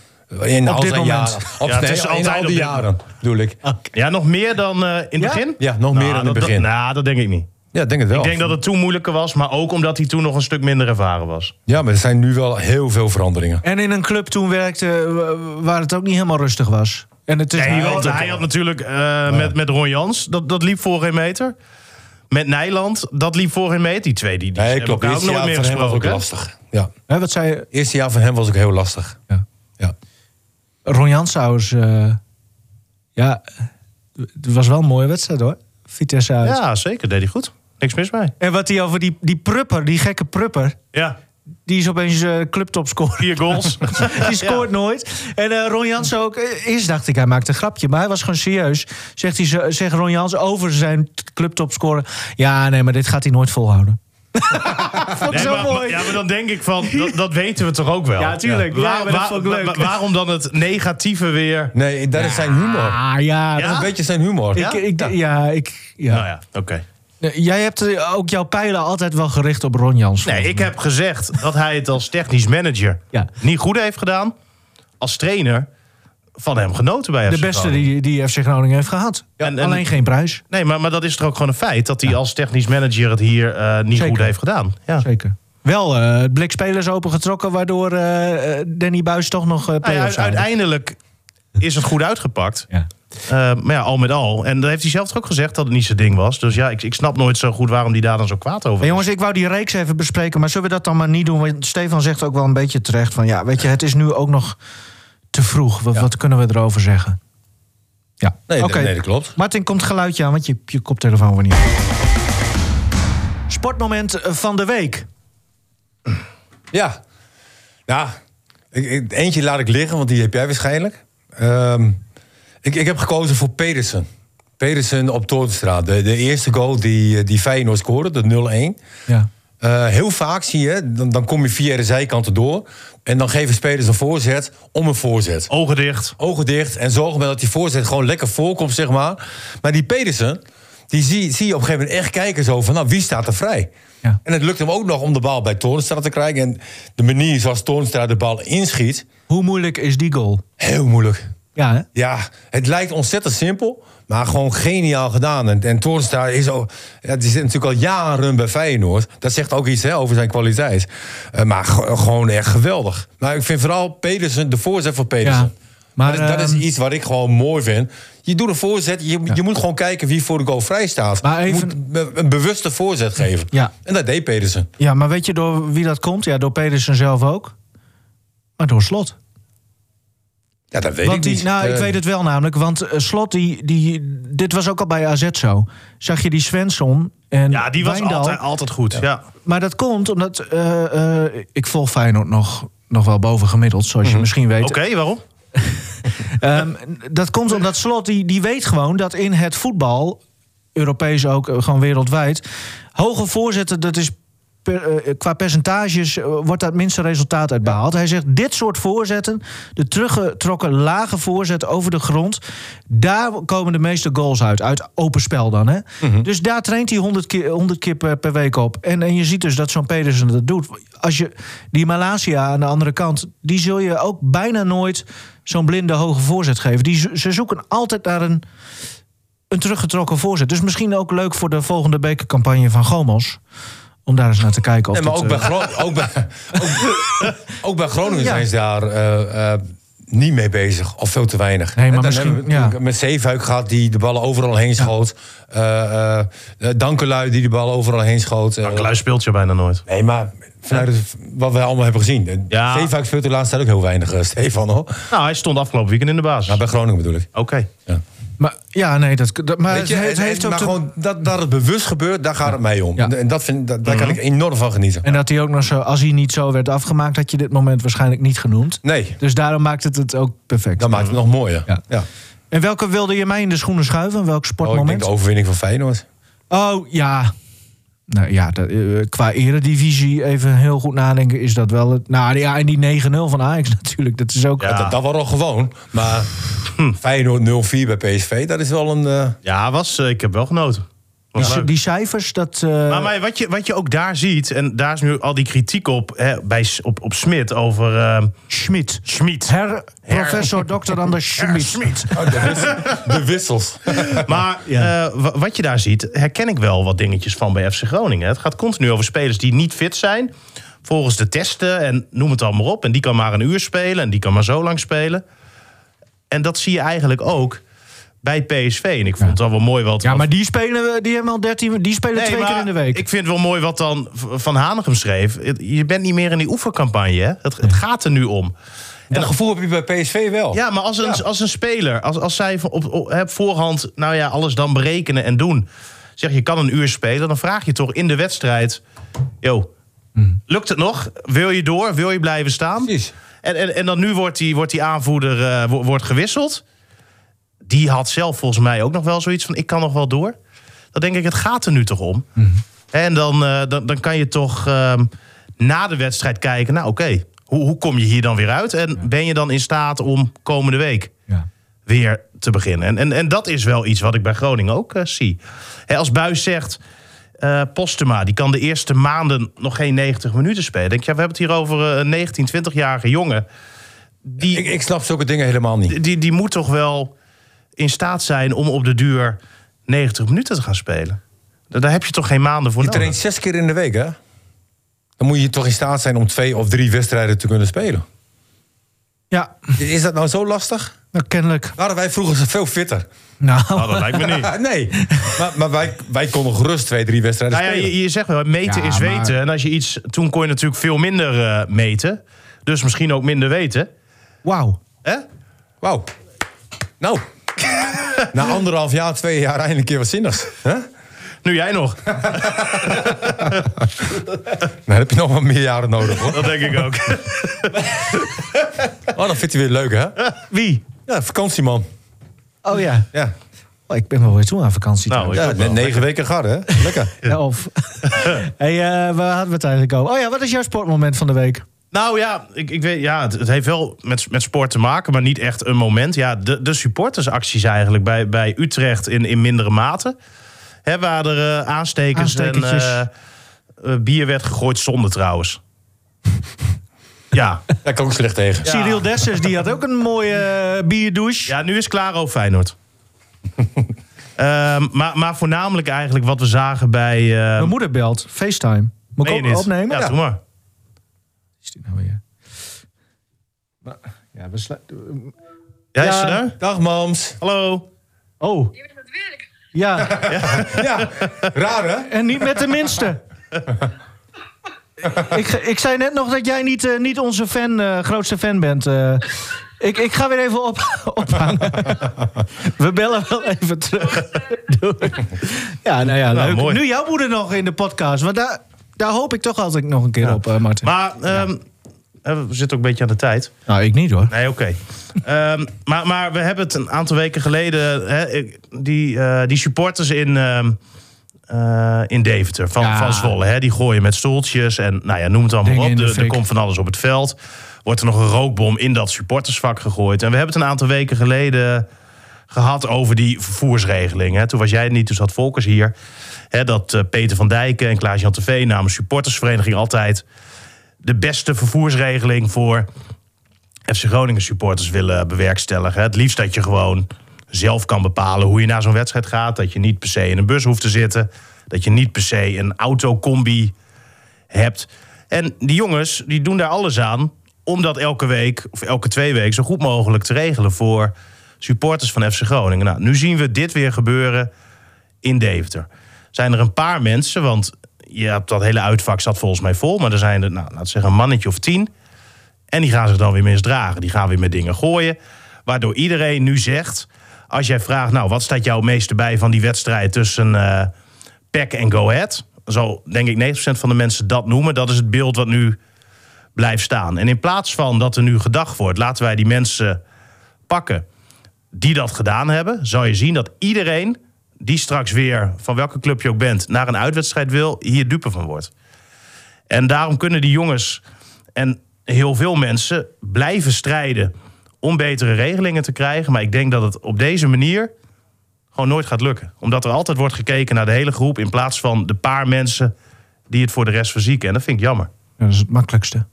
Speaker 4: In
Speaker 2: Op
Speaker 4: al
Speaker 2: dit
Speaker 4: zijn
Speaker 2: moment.
Speaker 4: jaren. Op,
Speaker 3: Ja, het
Speaker 4: nee,
Speaker 3: is
Speaker 4: in
Speaker 3: altijd
Speaker 4: al
Speaker 3: op
Speaker 4: die
Speaker 3: dit-
Speaker 4: jaren, bedoel ik.
Speaker 3: Ja, nog meer dan eh, in het
Speaker 2: Ja?
Speaker 3: begin?
Speaker 4: Ja, nog meer dan in het
Speaker 3: dat-
Speaker 4: begin.
Speaker 3: Dat, nou, dat denk ik niet.
Speaker 4: Ja, ik denk het wel.
Speaker 3: Ik denk dat het toen moeilijker was, maar ook omdat hij toen nog een stuk minder ervaren was.
Speaker 4: Ja, maar er zijn nu wel heel veel veranderingen.
Speaker 2: En in een club toen werkte eh, waar het ook niet helemaal rustig was. En het is
Speaker 3: Nee,
Speaker 2: hij
Speaker 3: want hij had natuurlijk eh, met, met Ron Jans, dat, dat liep voor geen meter. Met Nijland, dat liep voor geen meter. Die twee die, die
Speaker 4: Nee,
Speaker 3: hebben
Speaker 4: klopt.
Speaker 3: elkaar ook
Speaker 4: Eerste
Speaker 3: nooit
Speaker 4: jaar
Speaker 3: meer
Speaker 4: van hem was ook
Speaker 3: gesproken. hè?
Speaker 4: lastig. Ja.
Speaker 2: Hè, wat zei je?
Speaker 4: Eerste jaar van hem was ook heel lastig.
Speaker 2: Ja.
Speaker 4: Ja.
Speaker 2: Ron Jans trouwens, eh, ja, het was wel een mooie wedstrijd hoor. Vitesse uit.
Speaker 3: Ja, zeker. Deed hij goed. Niks mis mee.
Speaker 2: En wat hij over die, die prupper, die gekke prupper...
Speaker 3: Ja,
Speaker 2: die is opeens eh clubtopscorer.
Speaker 3: vier goals.
Speaker 2: Die scoort nooit. En eh, Ron Jans ook. eh, Eerst dacht ik, hij maakte een grapje. Maar hij was gewoon serieus. Zegt, hij, zo- zegt Ron Jans over zijn t- clubtopscorer... Ja, nee, maar dit gaat hij nooit volhouden. Vond ik
Speaker 3: Nee,
Speaker 2: zo
Speaker 3: maar,
Speaker 2: mooi.
Speaker 3: Ja, maar dan denk ik van, dat, dat weten we toch ook wel?
Speaker 2: Ja, tuurlijk. Ja, maar dat vond ik leuk.
Speaker 3: waarom dan het negatieve weer?
Speaker 4: Nee, dat is zijn humor.
Speaker 2: Ah, ja.
Speaker 4: Dat is
Speaker 2: dat-
Speaker 4: een beetje zijn humor.
Speaker 2: Ik, ik, ja, ik, ja.
Speaker 3: Nou ja, oké.
Speaker 2: Nee, Jij hebt eh, ook jouw pijlen altijd wel gericht op Ron Jans.
Speaker 3: Nee, ik heb gezegd dat hij het als technisch manager
Speaker 2: Ja.
Speaker 3: niet goed heeft gedaan. Als trainer van hem genoten bij
Speaker 2: De
Speaker 3: FC
Speaker 2: beste
Speaker 3: Groningen.
Speaker 2: die, die FC Groningen heeft gehad.
Speaker 3: Ja, en- en-
Speaker 2: Alleen geen prijs.
Speaker 3: Nee, maar, maar dat is toch ook gewoon een feit... dat hij als technisch manager het hier eh, niet
Speaker 2: Zeker.
Speaker 3: goed heeft gedaan. Ja.
Speaker 2: Zeker. Wel eh, het blik spelers opengetrokken, waardoor eh, eh, Danny Buis toch nog eh
Speaker 3: Nou ja,
Speaker 2: play-offs
Speaker 3: u- uiteindelijk is het goed uitgepakt.
Speaker 2: haalde.
Speaker 3: Eh, maar ja, al met al. En dat heeft hij zelf toch ook gezegd dat het niet zijn ding was. Dus ja, ik, ik snap nooit zo goed waarom hij daar dan zo kwaad over
Speaker 2: Hey,
Speaker 3: is.
Speaker 2: jongens, ik wou die reeks even bespreken, maar zullen we dat dan maar niet doen? Want Stefan zegt ook wel een beetje terecht van ja, weet je, het is nu ook nog te vroeg. Wat, wat kunnen we erover zeggen? Ja,
Speaker 4: Nee, dat-
Speaker 2: oké.
Speaker 4: nee, dat klopt.
Speaker 2: Martin, komt geluidje aan, want je, je koptelefoon wordt niet. Sportmoment van de week.
Speaker 4: Ja. Nou, ik, ik- eentje laat ik liggen, want die heb jij waarschijnlijk. Ehm, ik, ik heb gekozen voor Pedersen. Pedersen op Toornstraat. De, de eerste goal die, eh, die Feyenoord scoorde, de 0-1.
Speaker 2: Ja.
Speaker 4: Eh, heel vaak zie je, dan, dan kom je via de zijkanten door... en dan geven spelers een voorzet om een voorzet.
Speaker 3: Ogen dicht.
Speaker 4: ogen dicht en zorgen wel dat die voorzet gewoon lekker voorkomt, zeg maar. Maar die Pedersen, die zie, zie je op een gegeven moment echt kijken zo van, nou, wie staat er vrij?
Speaker 2: Ja.
Speaker 4: En het lukt hem ook nog om de bal bij Toornstra te krijgen. En de manier zoals Toornstra de bal inschiet,
Speaker 2: Hoe moeilijk is die goal?
Speaker 4: heel moeilijk.
Speaker 2: Ja, hè?
Speaker 4: Ja, het lijkt ontzettend simpel, maar gewoon geniaal gedaan. En, en Toornstra is al, ja, die zit natuurlijk al jaren bij Feyenoord. Dat zegt ook iets hè, over zijn kwaliteit. Eh, maar ge- gewoon echt geweldig. Maar ik vind vooral Pedersen, de voorzet van Pedersen.
Speaker 2: Ja, maar,
Speaker 4: dat, is- dat is
Speaker 2: ehm,
Speaker 4: iets wat ik gewoon mooi vind. Je doet een voorzet, je, je moet gewoon kijken wie voor de goal vrij staat.
Speaker 2: Maar even-
Speaker 4: Je moet be- een bewuste voorzet geven.
Speaker 2: Ja.
Speaker 4: En dat deed Pedersen.
Speaker 2: ja, maar weet je door wie dat komt? Ja, door Pedersen zelf ook. Maar door Slot.
Speaker 4: Ja, dat weet
Speaker 2: want
Speaker 4: ik
Speaker 2: die,
Speaker 4: niet.
Speaker 2: Nou, ik
Speaker 4: Eh,
Speaker 2: weet het wel namelijk. Want eh, Slot, die, die, dit was ook al bij AZ zo. Zag je die Svensson en
Speaker 3: Ja, die was
Speaker 2: Wijndal?
Speaker 3: altijd, altijd goed. ja.
Speaker 2: Maar dat komt omdat... eh, eh, ik volg Feyenoord nog, nog wel boven gemiddeld, zoals je misschien weet.
Speaker 3: Oké, waarom?
Speaker 2: Ehm, dat komt omdat Slot die, die weet gewoon dat in het voetbal, Europees ook, eh, gewoon wereldwijd, hoge voorzetten, dat is per- eh, qua percentages eh, wordt daar het minste resultaat uit behaald. Hij zegt, dit soort voorzetten, de teruggetrokken lage voorzet over de grond, daar komen de meeste goals uit, uit open spel dan. Hè? Dus daar traint hij 100 keer, 100 keer per, per week op. En, en je ziet dus dat zo'n Pedersen dat doet. Als je die Malasia aan de andere kant, die zul je ook bijna nooit zo'n blinde hoge voorzet geven. Die, zo- ze zoeken altijd naar een, een teruggetrokken voorzet. Dus misschien ook leuk voor de volgende bekercampagne van Gomos. Om daar eens naar te kijken. Of
Speaker 4: Nee, maar
Speaker 2: dat,
Speaker 4: ook bij,
Speaker 2: eh,
Speaker 4: Gro- ook, bij, ook, ook bij Groningen
Speaker 2: Ja.
Speaker 4: zijn ze daar eh, eh, niet mee bezig. Of veel te weinig.
Speaker 2: Nee, maar
Speaker 4: En dan
Speaker 2: misschien-
Speaker 4: hebben we natuurlijk met Zeefuik gehad die de ballen overal heen schoot. Eh, eh, Dankelui die de ballen overal heen schoot. Eh,
Speaker 3: Kluis speelt je bijna nooit.
Speaker 4: nee, maar vanuit het- wat we allemaal hebben gezien. Eh,
Speaker 3: Ja.
Speaker 4: Zeefuik speelt de laatste tijd ook heel weinig, eh, Stefan. Hoor.
Speaker 3: Nou, hij stond afgelopen weekend in de basis.
Speaker 4: Maar bij Groningen bedoel ik.
Speaker 3: Oké.
Speaker 2: maar, ja, nee, dat, dat- maar
Speaker 4: Weet je,
Speaker 2: het,
Speaker 4: het,
Speaker 2: heeft- heeft ook
Speaker 4: maar
Speaker 2: te-
Speaker 4: gewoon dat, dat het bewust gebeurt, daar gaat het mij om.
Speaker 2: Ja. Mhm.
Speaker 4: En dat vind, dat, daar kan ik enorm van genieten.
Speaker 2: En dat hij ook nog zo, als hij niet zo werd afgemaakt, had je dit moment waarschijnlijk niet genoemd.
Speaker 4: Nee,
Speaker 2: Dus daarom maakt het het ook perfect.
Speaker 4: dat maakt het nog mooier.
Speaker 2: Ja.
Speaker 4: Ja.
Speaker 2: En welke wilde je mij in de schoenen schuiven? Welk
Speaker 4: Oh, ik denk
Speaker 2: sportmoment?
Speaker 4: de
Speaker 2: Oh,
Speaker 4: overwinning van Feyenoord.
Speaker 2: ja. Nou ja, dat, eh, qua eredivisie even heel goed nadenken is dat wel het. Nou ja, en die 9-0 van Ajax natuurlijk. Dat is ook.
Speaker 3: Ja.
Speaker 4: Dat, dat was al gewoon. Maar Feyenoord 0-4 bij PSV, dat is wel een... eh,
Speaker 3: Ja, was, eh, ik heb wel genoten.
Speaker 2: Die,
Speaker 3: leuk.
Speaker 2: ci- die cijfers, dat... eh,
Speaker 3: Maar, maar wat, je, wat je ook daar ziet, en daar is nu al die kritiek op, hè, bij, S- op, op Smit over ehm
Speaker 2: Schmid.
Speaker 3: Schmid.
Speaker 2: Her,
Speaker 3: Her-
Speaker 2: professor dokter Anders Schmid.
Speaker 3: Schmid.
Speaker 4: oh, De wissels.
Speaker 3: Maar eh, wa- wat je daar ziet, herken ik wel wat dingetjes van bij FC Groningen. Het gaat continu over spelers die niet fit zijn. Volgens de testen en noem het allemaal op. En die kan maar een uur spelen en die kan maar zo lang spelen. En dat zie je eigenlijk ook bij PSV. En ik vond het al wel mooi wat...
Speaker 2: Ja,
Speaker 3: wat-
Speaker 2: maar die spelen, we- die hebben al 13, die spelen
Speaker 3: Nee,
Speaker 2: twee keer
Speaker 3: maar
Speaker 2: in de week.
Speaker 3: Ik vind het wel mooi wat dan V- Van Hanegem schreef. Het- Je bent niet meer in die oefencampagne. hè? Het, het gaat er nu om.
Speaker 4: Dat gevoel heb je bij PSV wel.
Speaker 3: Ja, maar als een, als een speler, als, als zij van op, op hè, voorhand nou ja, alles dan berekenen en doen. Zeg je kan een uur spelen, dan vraag je toch in de wedstrijd: Yo, lukt het nog? Wil je door? Wil je blijven staan?
Speaker 4: Precies.
Speaker 3: En, en, en dan nu wordt die, wordt die aanvoerder eh, wo- wordt gewisseld. Die had zelf volgens mij ook nog wel zoiets van: Ik kan nog wel door. Dan denk ik, het gaat er nu toch om. En dan, eh, dan, dan kan je toch ehm, na de wedstrijd kijken: Nou, oké, hoe, hoe kom je hier dan weer uit? En ben je dan in staat om komende week
Speaker 2: Ja.
Speaker 3: weer te beginnen. En, en, en dat is wel iets wat ik bij Groningen ook eh, zie. Hè, als Buis zegt, eh, Postuma, die kan de eerste maanden nog geen 90 minuten spelen. Denk je, ja, we hebben het hier over eh, een 19, 20-jarige jongen. Die,
Speaker 4: Ik, ik snap zulke dingen helemaal niet.
Speaker 3: die, die moet toch wel in staat zijn om op de duur 90 minuten te gaan spelen. Da- Daar heb je toch geen maanden voor
Speaker 4: Je
Speaker 3: nodig.
Speaker 4: traint zes keer in de week, hè? Dan moet je toch in staat zijn om twee of drie wedstrijden te kunnen spelen.
Speaker 2: Ja,
Speaker 4: Is dat nou zo lastig?
Speaker 2: nou kennelijk.
Speaker 4: Waren wij vroeger veel fitter?
Speaker 2: Nou,
Speaker 3: Nou, dat lijkt me niet.
Speaker 4: Ah, nee, maar, maar wij, wij konden gerust twee, drie wedstrijden
Speaker 3: Nou ja,
Speaker 4: spelen.
Speaker 3: je, je zegt wel, meten
Speaker 2: Ja,
Speaker 3: is
Speaker 2: maar-
Speaker 3: weten. En als je iets, toen kon je natuurlijk veel minder eh, meten. Dus misschien ook minder weten.
Speaker 2: wauw.
Speaker 3: Hè?
Speaker 4: Wauw. Nou, na anderhalf jaar, twee jaar eindelijk een keer wat zinnigs. hè?
Speaker 3: Nu jij nog.
Speaker 4: Dan heb je nog wat meer jaren nodig, hoor.
Speaker 3: Dat denk ik ook.
Speaker 4: Oh, dan vindt hij weer leuk, hè?
Speaker 3: Wie?
Speaker 4: Ja, vakantieman.
Speaker 2: Oh ja.
Speaker 4: Ja,
Speaker 2: Oh, ik ben wel weer toe aan vakantie.
Speaker 3: Nou,
Speaker 2: trouwens.
Speaker 3: ik
Speaker 4: ja
Speaker 3: ook wel.
Speaker 4: net negen weken gehad, hè? Lekker.
Speaker 2: Ja, Of. hey, eh, waar hadden we het eigenlijk over? Oh ja, wat is jouw sportmoment van de week?
Speaker 3: Nou ja, ik, ik weet, ja het, het heeft wel met, met sport te maken, maar niet echt een moment. Ja, de, de supportersacties eigenlijk bij, bij Utrecht in, in mindere mate. Hè, waar er eh, aanstekers en
Speaker 2: Aanstekertjes.
Speaker 3: eh, eh, bier werd gegooid zonder trouwens. ja.
Speaker 4: Daar kan ik ook slecht tegen.
Speaker 2: Cyril Dessers, die had ook een mooie eh, bierdouche.
Speaker 3: ja, nu is Claro Feyenoord. Ehm, maar, maar voornamelijk eigenlijk wat we zagen bij... eh,
Speaker 2: Mijn moeder belt, FaceTime. Moet ik
Speaker 3: meen je
Speaker 2: ook
Speaker 3: dit?
Speaker 2: opnemen?
Speaker 3: Ja, doe maar.
Speaker 2: Is die nou weer? Maar- Ja, we sluiten...
Speaker 3: Ja, is
Speaker 2: Ja.
Speaker 3: ze daar?
Speaker 4: Dag, mams.
Speaker 3: Hallo.
Speaker 2: Oh,
Speaker 5: Je bent aan het werk.
Speaker 2: ja.
Speaker 4: Ja, raar, hè?
Speaker 2: En niet met de minste. ik, ik zei net nog dat jij niet, eh, niet onze fan, eh, grootste fan bent. eh. ik, ik ga weer even op, ophangen. We bellen wel even terug. Doei. Ja, nou ja,
Speaker 3: Nou,
Speaker 2: leuk.
Speaker 3: mooi.
Speaker 2: nu jouw moeder nog in de podcast. Want daar, daar hoop ik toch altijd nog een keer op, eh, Martin.
Speaker 3: Maar ehm, eh, we zitten ook een beetje aan de tijd.
Speaker 2: nou, ik niet hoor.
Speaker 3: Nee, oké. Ehm, maar, maar we hebben het een aantal weken geleden. Hè, ik- die, eh, die supporters in, ehm, eh, in Deventer van,
Speaker 2: Ja.
Speaker 3: van Zwolle. Hè, die gooien met stoeltjes en nou ja, noem het allemaal
Speaker 2: Dingen in
Speaker 3: op.
Speaker 2: de
Speaker 3: Er- Er
Speaker 2: fik.
Speaker 3: komt van alles op het veld. Wordt er nog een rookbom in dat supportersvak gegooid. En we hebben het een aantal weken geleden gehad over die vervoersregeling. Hè. Toen was jij het niet, toen zat Volkers hier. Hè, dat eh, Peter van Dijken en Klaas-Jan TV namens supportersvereniging altijd... de beste vervoersregeling voor FC Groningen supporters willen bewerkstelligen. Het liefst dat je gewoon zelf kan bepalen hoe je naar zo'n wedstrijd gaat. Dat je niet per se in een bus hoeft te zitten. Dat je niet per se een autocombi hebt. En die jongens die doen daar alles aan om dat elke week of elke twee weken zo goed mogelijk te regelen voor supporters van FC Groningen. Nou, nu zien we dit weer gebeuren in Deventer. Zijn er een paar mensen, want je hebt dat hele uitvak zat volgens mij vol, maar er zijn er, nou, laten we zeggen, een mannetje of tien. En die gaan zich dan weer misdragen. Die gaan weer met dingen gooien. Waardoor iedereen nu zegt... als jij vraagt, nou, wat staat jou het meeste bij van die wedstrijd... tussen eh PEC en Go Ahead? Zo denk ik 90% van de mensen dat noemen. Dat is het beeld wat nu blijft staan. En in plaats van dat er nu gedacht wordt... laten wij die mensen pakken die dat gedaan hebben... zal je zien dat iedereen die straks weer... van welke club je ook bent, naar een uitwedstrijd wil... hier dupe van wordt. En daarom kunnen die jongens en heel veel mensen blijven strijden om betere regelingen te krijgen. Maar ik denk dat het op deze manier gewoon nooit gaat lukken. Omdat er altijd wordt gekeken naar de hele groep in plaats van de paar mensen die het voor de rest verzieken. En dat vind ik jammer.
Speaker 2: Ja, dat is het makkelijkste.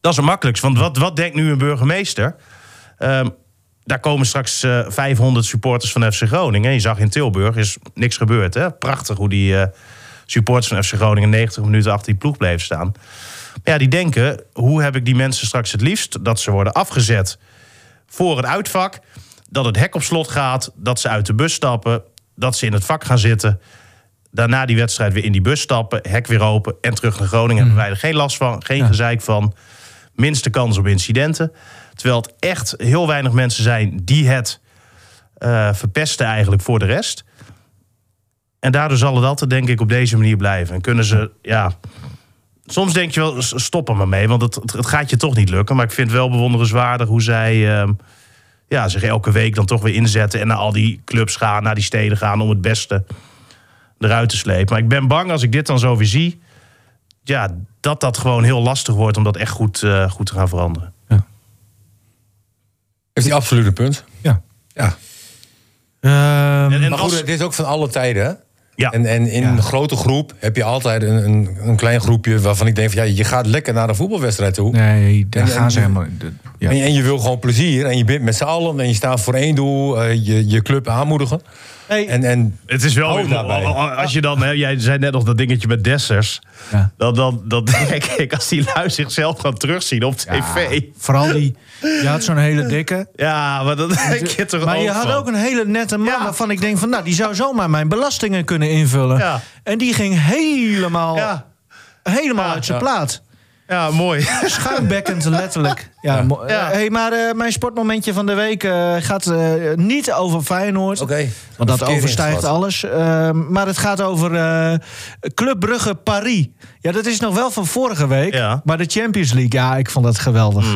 Speaker 3: Dat is het makkelijkst. Want wat, wat denkt nu een burgemeester? Ehm, daar komen straks eh, 500 supporters van FC Groningen. Je zag in Tilburg is niks gebeurd. Hè? Prachtig hoe die eh, supporters van FC Groningen 90 minuten achter die ploeg bleven staan. Maar ja, die denken, hoe heb ik die mensen straks het liefst? Dat ze worden afgezet voor het uitvak. Dat het hek op slot gaat. Dat ze uit de bus stappen. Dat ze in het vak gaan zitten. Daarna die wedstrijd weer in die bus stappen. Hek weer open en terug naar Groningen. Hebben wij er geen last van. Geen gezeik van. Minste kans op incidenten. Terwijl het echt heel weinig mensen zijn die het eh, verpesten eigenlijk voor de rest. En daardoor zal het altijd denk ik op deze manier blijven. En kunnen ze, ja... Soms denk je wel, s- stop er maar mee, want het, het- het gaat je toch niet lukken. Maar ik vind het wel bewonderenswaardig hoe zij ehm, ja, zich elke week dan toch weer inzetten. En naar al die clubs gaan, naar die steden gaan om het beste eruit te slepen. Maar ik ben bang als ik dit dan zo weer zie, ja, dat dat gewoon heel lastig wordt om dat echt goed, eh, goed te gaan veranderen.
Speaker 4: Heeft hij absoluut een punt.
Speaker 2: Ja.
Speaker 4: Ja.
Speaker 2: Ehm,
Speaker 3: En, en
Speaker 4: Maar goed,
Speaker 3: als-
Speaker 4: dit is ook van alle tijden. hè?
Speaker 3: ja,
Speaker 4: En, en in een grote groep heb je altijd een, een, een klein groepje waarvan ik denk: van, ja, je gaat lekker naar een voetbalwedstrijd toe.
Speaker 2: nee, daar
Speaker 4: En-
Speaker 2: gaan
Speaker 4: en-
Speaker 2: ze helemaal... dat- Ja.
Speaker 4: En, je, en je wil gewoon plezier. En je bent met z'n allen en je staat voor één doel, eh, je, je club aanmoedigen.
Speaker 2: Hey.
Speaker 4: En, en
Speaker 3: het is wel,
Speaker 4: Hou Oh, daarbij.
Speaker 3: als je dan, hè, jij zei net nog dat dingetje met Dessers.
Speaker 2: Ja.
Speaker 3: Dan, dan, dan denk ik, als die lui zichzelf gaan terugzien op tv.
Speaker 2: Ah, Vooral die... Je had zo'n hele dikke...
Speaker 3: Ja, maar dat denk je toch
Speaker 2: Maar je
Speaker 3: ook
Speaker 2: had
Speaker 3: van.
Speaker 2: ook een hele nette man
Speaker 3: Ja.
Speaker 2: waarvan ik denk van... nou, die zou zomaar mijn belastingen kunnen invullen.
Speaker 3: Ja.
Speaker 2: En die ging helemaal,
Speaker 3: Ja,
Speaker 2: helemaal
Speaker 3: Ja.
Speaker 2: uit zijn plaat.
Speaker 3: ja mooi.
Speaker 2: Schuimbekkend, letterlijk. Ja, mo- eh,
Speaker 3: Ja.
Speaker 2: Hey, maar eh, mijn sportmomentje van de week eh, gaat eh, niet over Feyenoord.
Speaker 4: Oké.
Speaker 2: Want dat
Speaker 4: Verkeering
Speaker 2: overstijgt
Speaker 4: gehad.
Speaker 2: alles. Eh, maar het gaat over eh, Club Brugge Paris. Ja, dat is nog wel van vorige week.
Speaker 3: Ja. Mhm.
Speaker 2: Maar de Champions League, ja, ik vond dat geweldig.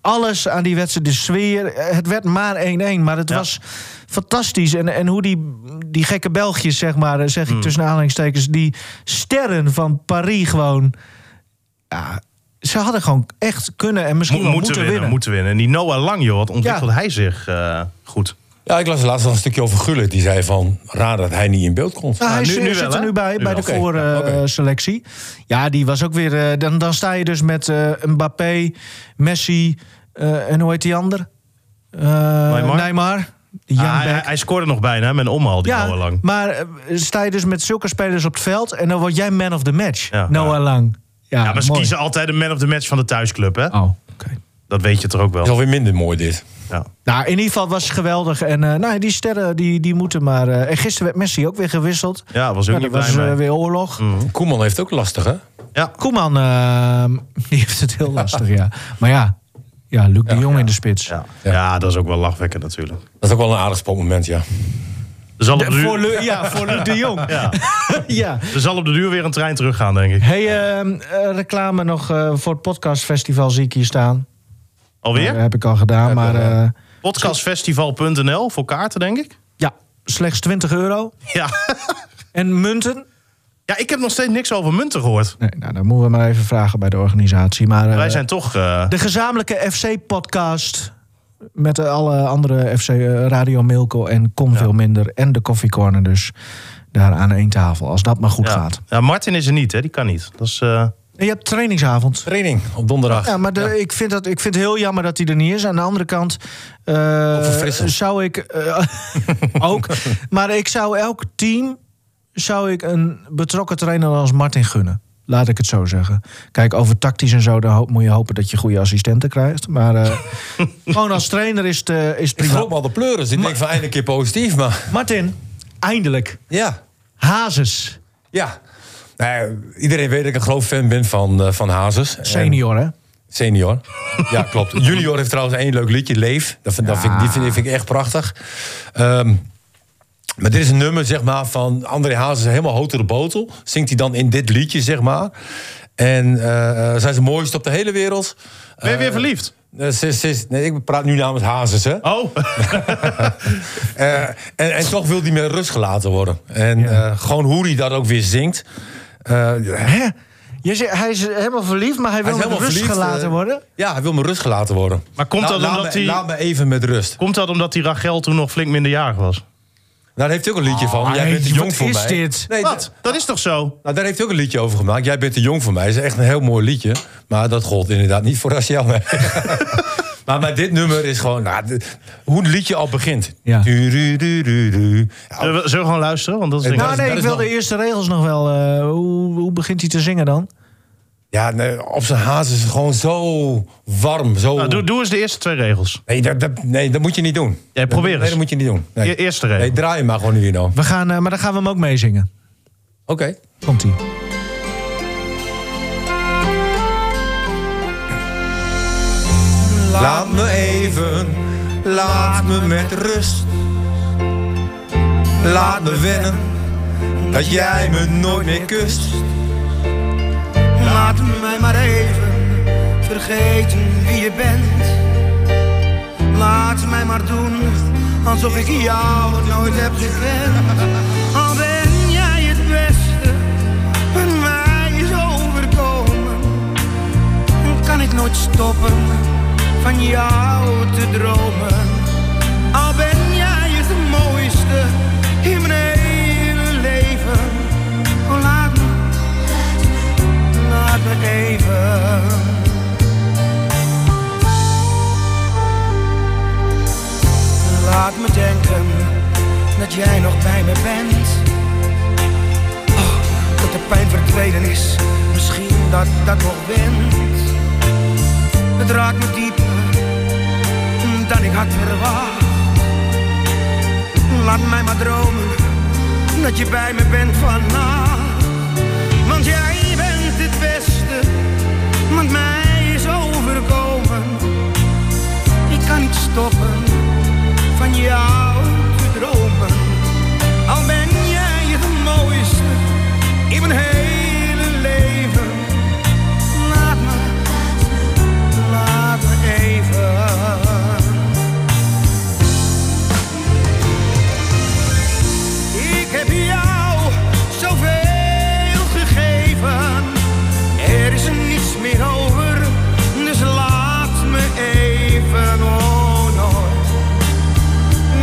Speaker 2: Alles aan die wedstrijd, de sfeer. eh, Het werd maar 1-1, maar het
Speaker 3: Ja.
Speaker 2: was fantastisch. En, en hoe die, die gekke Belgjes, zeg maar, eh,
Speaker 3: Mhm.
Speaker 2: zeg ik tussen aanhalingstekens... die sterren van Paris gewoon... Ja, ze hadden gewoon echt kunnen en misschien
Speaker 3: Mo-
Speaker 2: wel
Speaker 3: moeten winnen, moeten winnen. En die Noah Lang, joh, wat ontwikkelde hij zich eh, goed.
Speaker 4: Ja, ik las laatst al een stukje over Gullit. Die zei van, raar dat hij niet in beeld komt.
Speaker 2: Nou,
Speaker 3: Ah,
Speaker 2: hij
Speaker 3: nu-
Speaker 2: zit-
Speaker 3: nu
Speaker 2: zit
Speaker 3: wel,
Speaker 2: er
Speaker 3: hè?
Speaker 2: nu bij,
Speaker 3: Nu
Speaker 2: bij
Speaker 3: wel.
Speaker 2: de voorselectie. Ja, die was ook weer... eh, dan, dan sta je dus met eh, Mbappé, Messi eh, en hoe heet die ander? Eh, Neymar. die
Speaker 3: Ah,
Speaker 2: youngback.
Speaker 3: hij, hij scoorde nog bijna hè, met een omhaal, die Noah Lang.
Speaker 2: maar eh, sta je dus met zulke spelers op het veld... en dan word jij man of the match,
Speaker 3: Ja.
Speaker 2: Noah Lang. Ja,
Speaker 3: Ja, maar ze
Speaker 2: mooi.
Speaker 3: kiezen altijd de man of the match van de thuisclub, hè?
Speaker 2: Oh, oké.
Speaker 3: Dat weet je toch ook
Speaker 4: Dat is
Speaker 3: wel.
Speaker 4: alweer minder mooi dit.
Speaker 3: Ja.
Speaker 2: Nou, in ieder geval was het geweldig. En eh, nou, die sterren die, die moeten maar... eh, en gisteren werd Messi ook weer gewisseld.
Speaker 3: Ja, was ook
Speaker 2: Nou,
Speaker 3: niet
Speaker 2: dat was
Speaker 3: blij mee. Mm.
Speaker 2: eh, weer oorlog.
Speaker 4: Koeman heeft ook lastig, hè?
Speaker 3: Ja.
Speaker 2: Koeman, ehm, die heeft het heel lastig, ja. Maar ja, ja Luc de Jong in de spits.
Speaker 3: Ja. ja, dat is ook wel lachwekkend natuurlijk.
Speaker 4: Dat is ook wel een aardig spotmoment, ja.
Speaker 3: Er zal op de
Speaker 2: De- voor
Speaker 3: duur,
Speaker 2: Lu- ja, voor Luc de Jong.
Speaker 3: ja.
Speaker 2: ja.
Speaker 3: er zal op de duur weer een trein teruggaan, denk ik.
Speaker 2: Hey, ehm, eh, reclame nog eh, voor het podcastfestival zie ik hier staan. Dat
Speaker 3: Alweer?
Speaker 2: heb ik al gedaan, maar eh,
Speaker 3: Podcastfestival.nl voor kaarten, denk ik.
Speaker 2: ja, slechts 20 euro.
Speaker 3: Ja.
Speaker 2: En munten?
Speaker 3: ja, ik heb nog steeds niks over munten gehoord.
Speaker 2: Nee, nou, dan moeten we maar even vragen bij de organisatie. Maar eh,
Speaker 3: Wij zijn toch... eh,
Speaker 2: de gezamenlijke FC-podcast met eh, alle andere FC eh, Radio Milko en Kom Veel Minder en de Coffee Corner dus daar aan één tafel. Als dat maar goed
Speaker 3: ja.
Speaker 2: gaat.
Speaker 3: Ja, Martin is er niet, hè? Die kan niet. Dat is... eh,
Speaker 2: En je hebt trainingsavond.
Speaker 4: Training op donderdag.
Speaker 2: Ja, maar de- Ik, vind dat, ik vind het heel jammer dat hij er niet is. Aan de andere kant eh,
Speaker 4: verfrissend.
Speaker 2: zou ik eh, ook... Maar ik zou elk team zou ik een betrokken trainer als Martin gunnen. Laat ik het zo zeggen. Kijk, over tactisch en zo, dan ho- moet je hopen dat je goede assistenten krijgt. Maar eh, gewoon als trainer is het, eh, is het
Speaker 4: Ik
Speaker 2: prima.
Speaker 4: loop al de pleuris. Ik denk van, eindelijk een keer positief, maar...
Speaker 2: Martin, eindelijk.
Speaker 4: Ja.
Speaker 2: Hazes,
Speaker 4: Ja. Nou, ja, iedereen weet dat ik een groot fan ben van, eh, van Hazes. En-
Speaker 2: senior hè?
Speaker 4: Senior. Ja, klopt. Junior heeft trouwens één leuk liedje, Leef. Dat vind, dat vind, ik- die, vind, die vind ik echt prachtig. Ehm, maar dit is een nummer, zeg maar, van André Hazes, helemaal hoter de botel. Zingt hij dan in dit liedje, zeg maar. En eh, eh, zij is de mooiste op de hele wereld.
Speaker 3: ben je weer verliefd?
Speaker 4: Eh, ze, ze is- nee, ik praat nu namens Hazes, hè.
Speaker 3: Oh,
Speaker 4: Eh, en, en toch wil hij met rust gelaten worden. En eh, gewoon hoe hij dat ook weer zingt. Eh,
Speaker 2: Hè? Je zegt, hij is helemaal verliefd, maar hij
Speaker 4: hij
Speaker 2: wil
Speaker 4: is
Speaker 2: met
Speaker 4: helemaal
Speaker 2: rust
Speaker 4: verliefd,
Speaker 2: gelaten
Speaker 4: eh,
Speaker 2: worden.
Speaker 4: Ja, hij wil met rust gelaten worden. Nou,
Speaker 3: Maar komt
Speaker 4: Laat-
Speaker 3: dat
Speaker 4: laat
Speaker 3: omdat
Speaker 4: me-
Speaker 3: hij-
Speaker 4: Laat me even met rust.
Speaker 3: Komt dat omdat die Rachel toen nog flink minderjarig was?
Speaker 4: Nou, daar heeft hij ook een liedje van.
Speaker 2: Ah,
Speaker 4: Jij bent te
Speaker 2: jeetje,
Speaker 4: jong
Speaker 2: wat
Speaker 4: voor
Speaker 2: is
Speaker 4: mij.
Speaker 2: dit?
Speaker 4: Nee,
Speaker 3: Wat? Dat is toch zo?
Speaker 4: Nou, daar heeft hij ook een liedje over gemaakt. Jij bent te jong voor mij. is echt een heel mooi liedje. Maar dat gold inderdaad niet voor Rachel. nee. maar, maar dit nummer is gewoon... Nou, dit- hoe het liedje al begint.
Speaker 2: Ja.
Speaker 4: Du- du- du- du- du. Ja,
Speaker 3: Zullen Eh, we, zullen we gewoon luisteren? Want dat is
Speaker 4: Nou,
Speaker 3: denk
Speaker 2: Nou
Speaker 3: ik-
Speaker 2: nee, ik
Speaker 4: dat is
Speaker 2: wil
Speaker 4: dan-
Speaker 2: de eerste regels nog wel. eh, hoe, hoe begint hij te zingen dan?
Speaker 4: Ja, nee, op zijn haas is het gewoon zo warm. Zo...
Speaker 3: Nou, doe, doe eens de eerste twee regels.
Speaker 4: nee, dat, dat- nee, dat moet je niet doen.
Speaker 3: Ja, probeer
Speaker 4: dat,
Speaker 3: eens.
Speaker 4: Nee, dat moet je niet doen.
Speaker 3: E-
Speaker 4: Nee,
Speaker 3: eerste regel.
Speaker 4: nee draai hem maar gewoon hier nou. Oké.
Speaker 2: We gaan, eh, maar dan gaan we hem ook meezingen. Komt ie.
Speaker 4: Laat me even, laat me met rust. Laat me wennen dat jij me nooit meer kust.
Speaker 5: Laat mij maar even vergeten wie je bent. Laat mij maar doen alsof ik jou nooit heb gekend. Al ben jij het beste wat mij is overkomen, dan kan ik nooit stoppen van jou te dromen. Al ben jij het mooiste in mijn hele leven, oh, laat me laat me even. Laat me denken dat jij nog bij me bent. Oh, dat de pijn verdwenen is, misschien dat dat nog wint. Het raakt me dieper dan ik had verwacht. Laat mij maar dromen dat je bij me bent vannacht. Want jij bent het beste wat mij is overkomen. Ik kan niet stoppen van jou te dromen. Al ben jij het mooiste in mijn hele leven. Laat me, laat me even. Ik heb jou zoveel gegeven. Er is niets meer over, dus laat me even. Oh, nooit,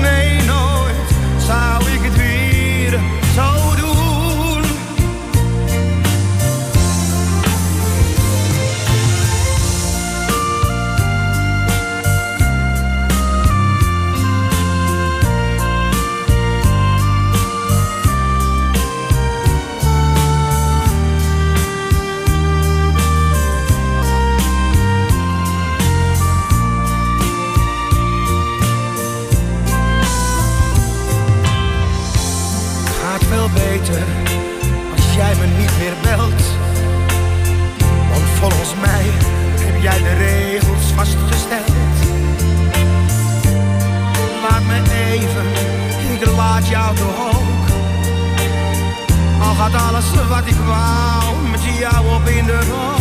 Speaker 5: nee, nooit zou ik het weer zo doen. gaat veel beter als jij me niet meer belt. Want volgens mij heb jij de regels vastgesteld. Laat me even, ik laat jou toch ook. Al gaat alles wat ik wou met jou op in de rook. dus Oh,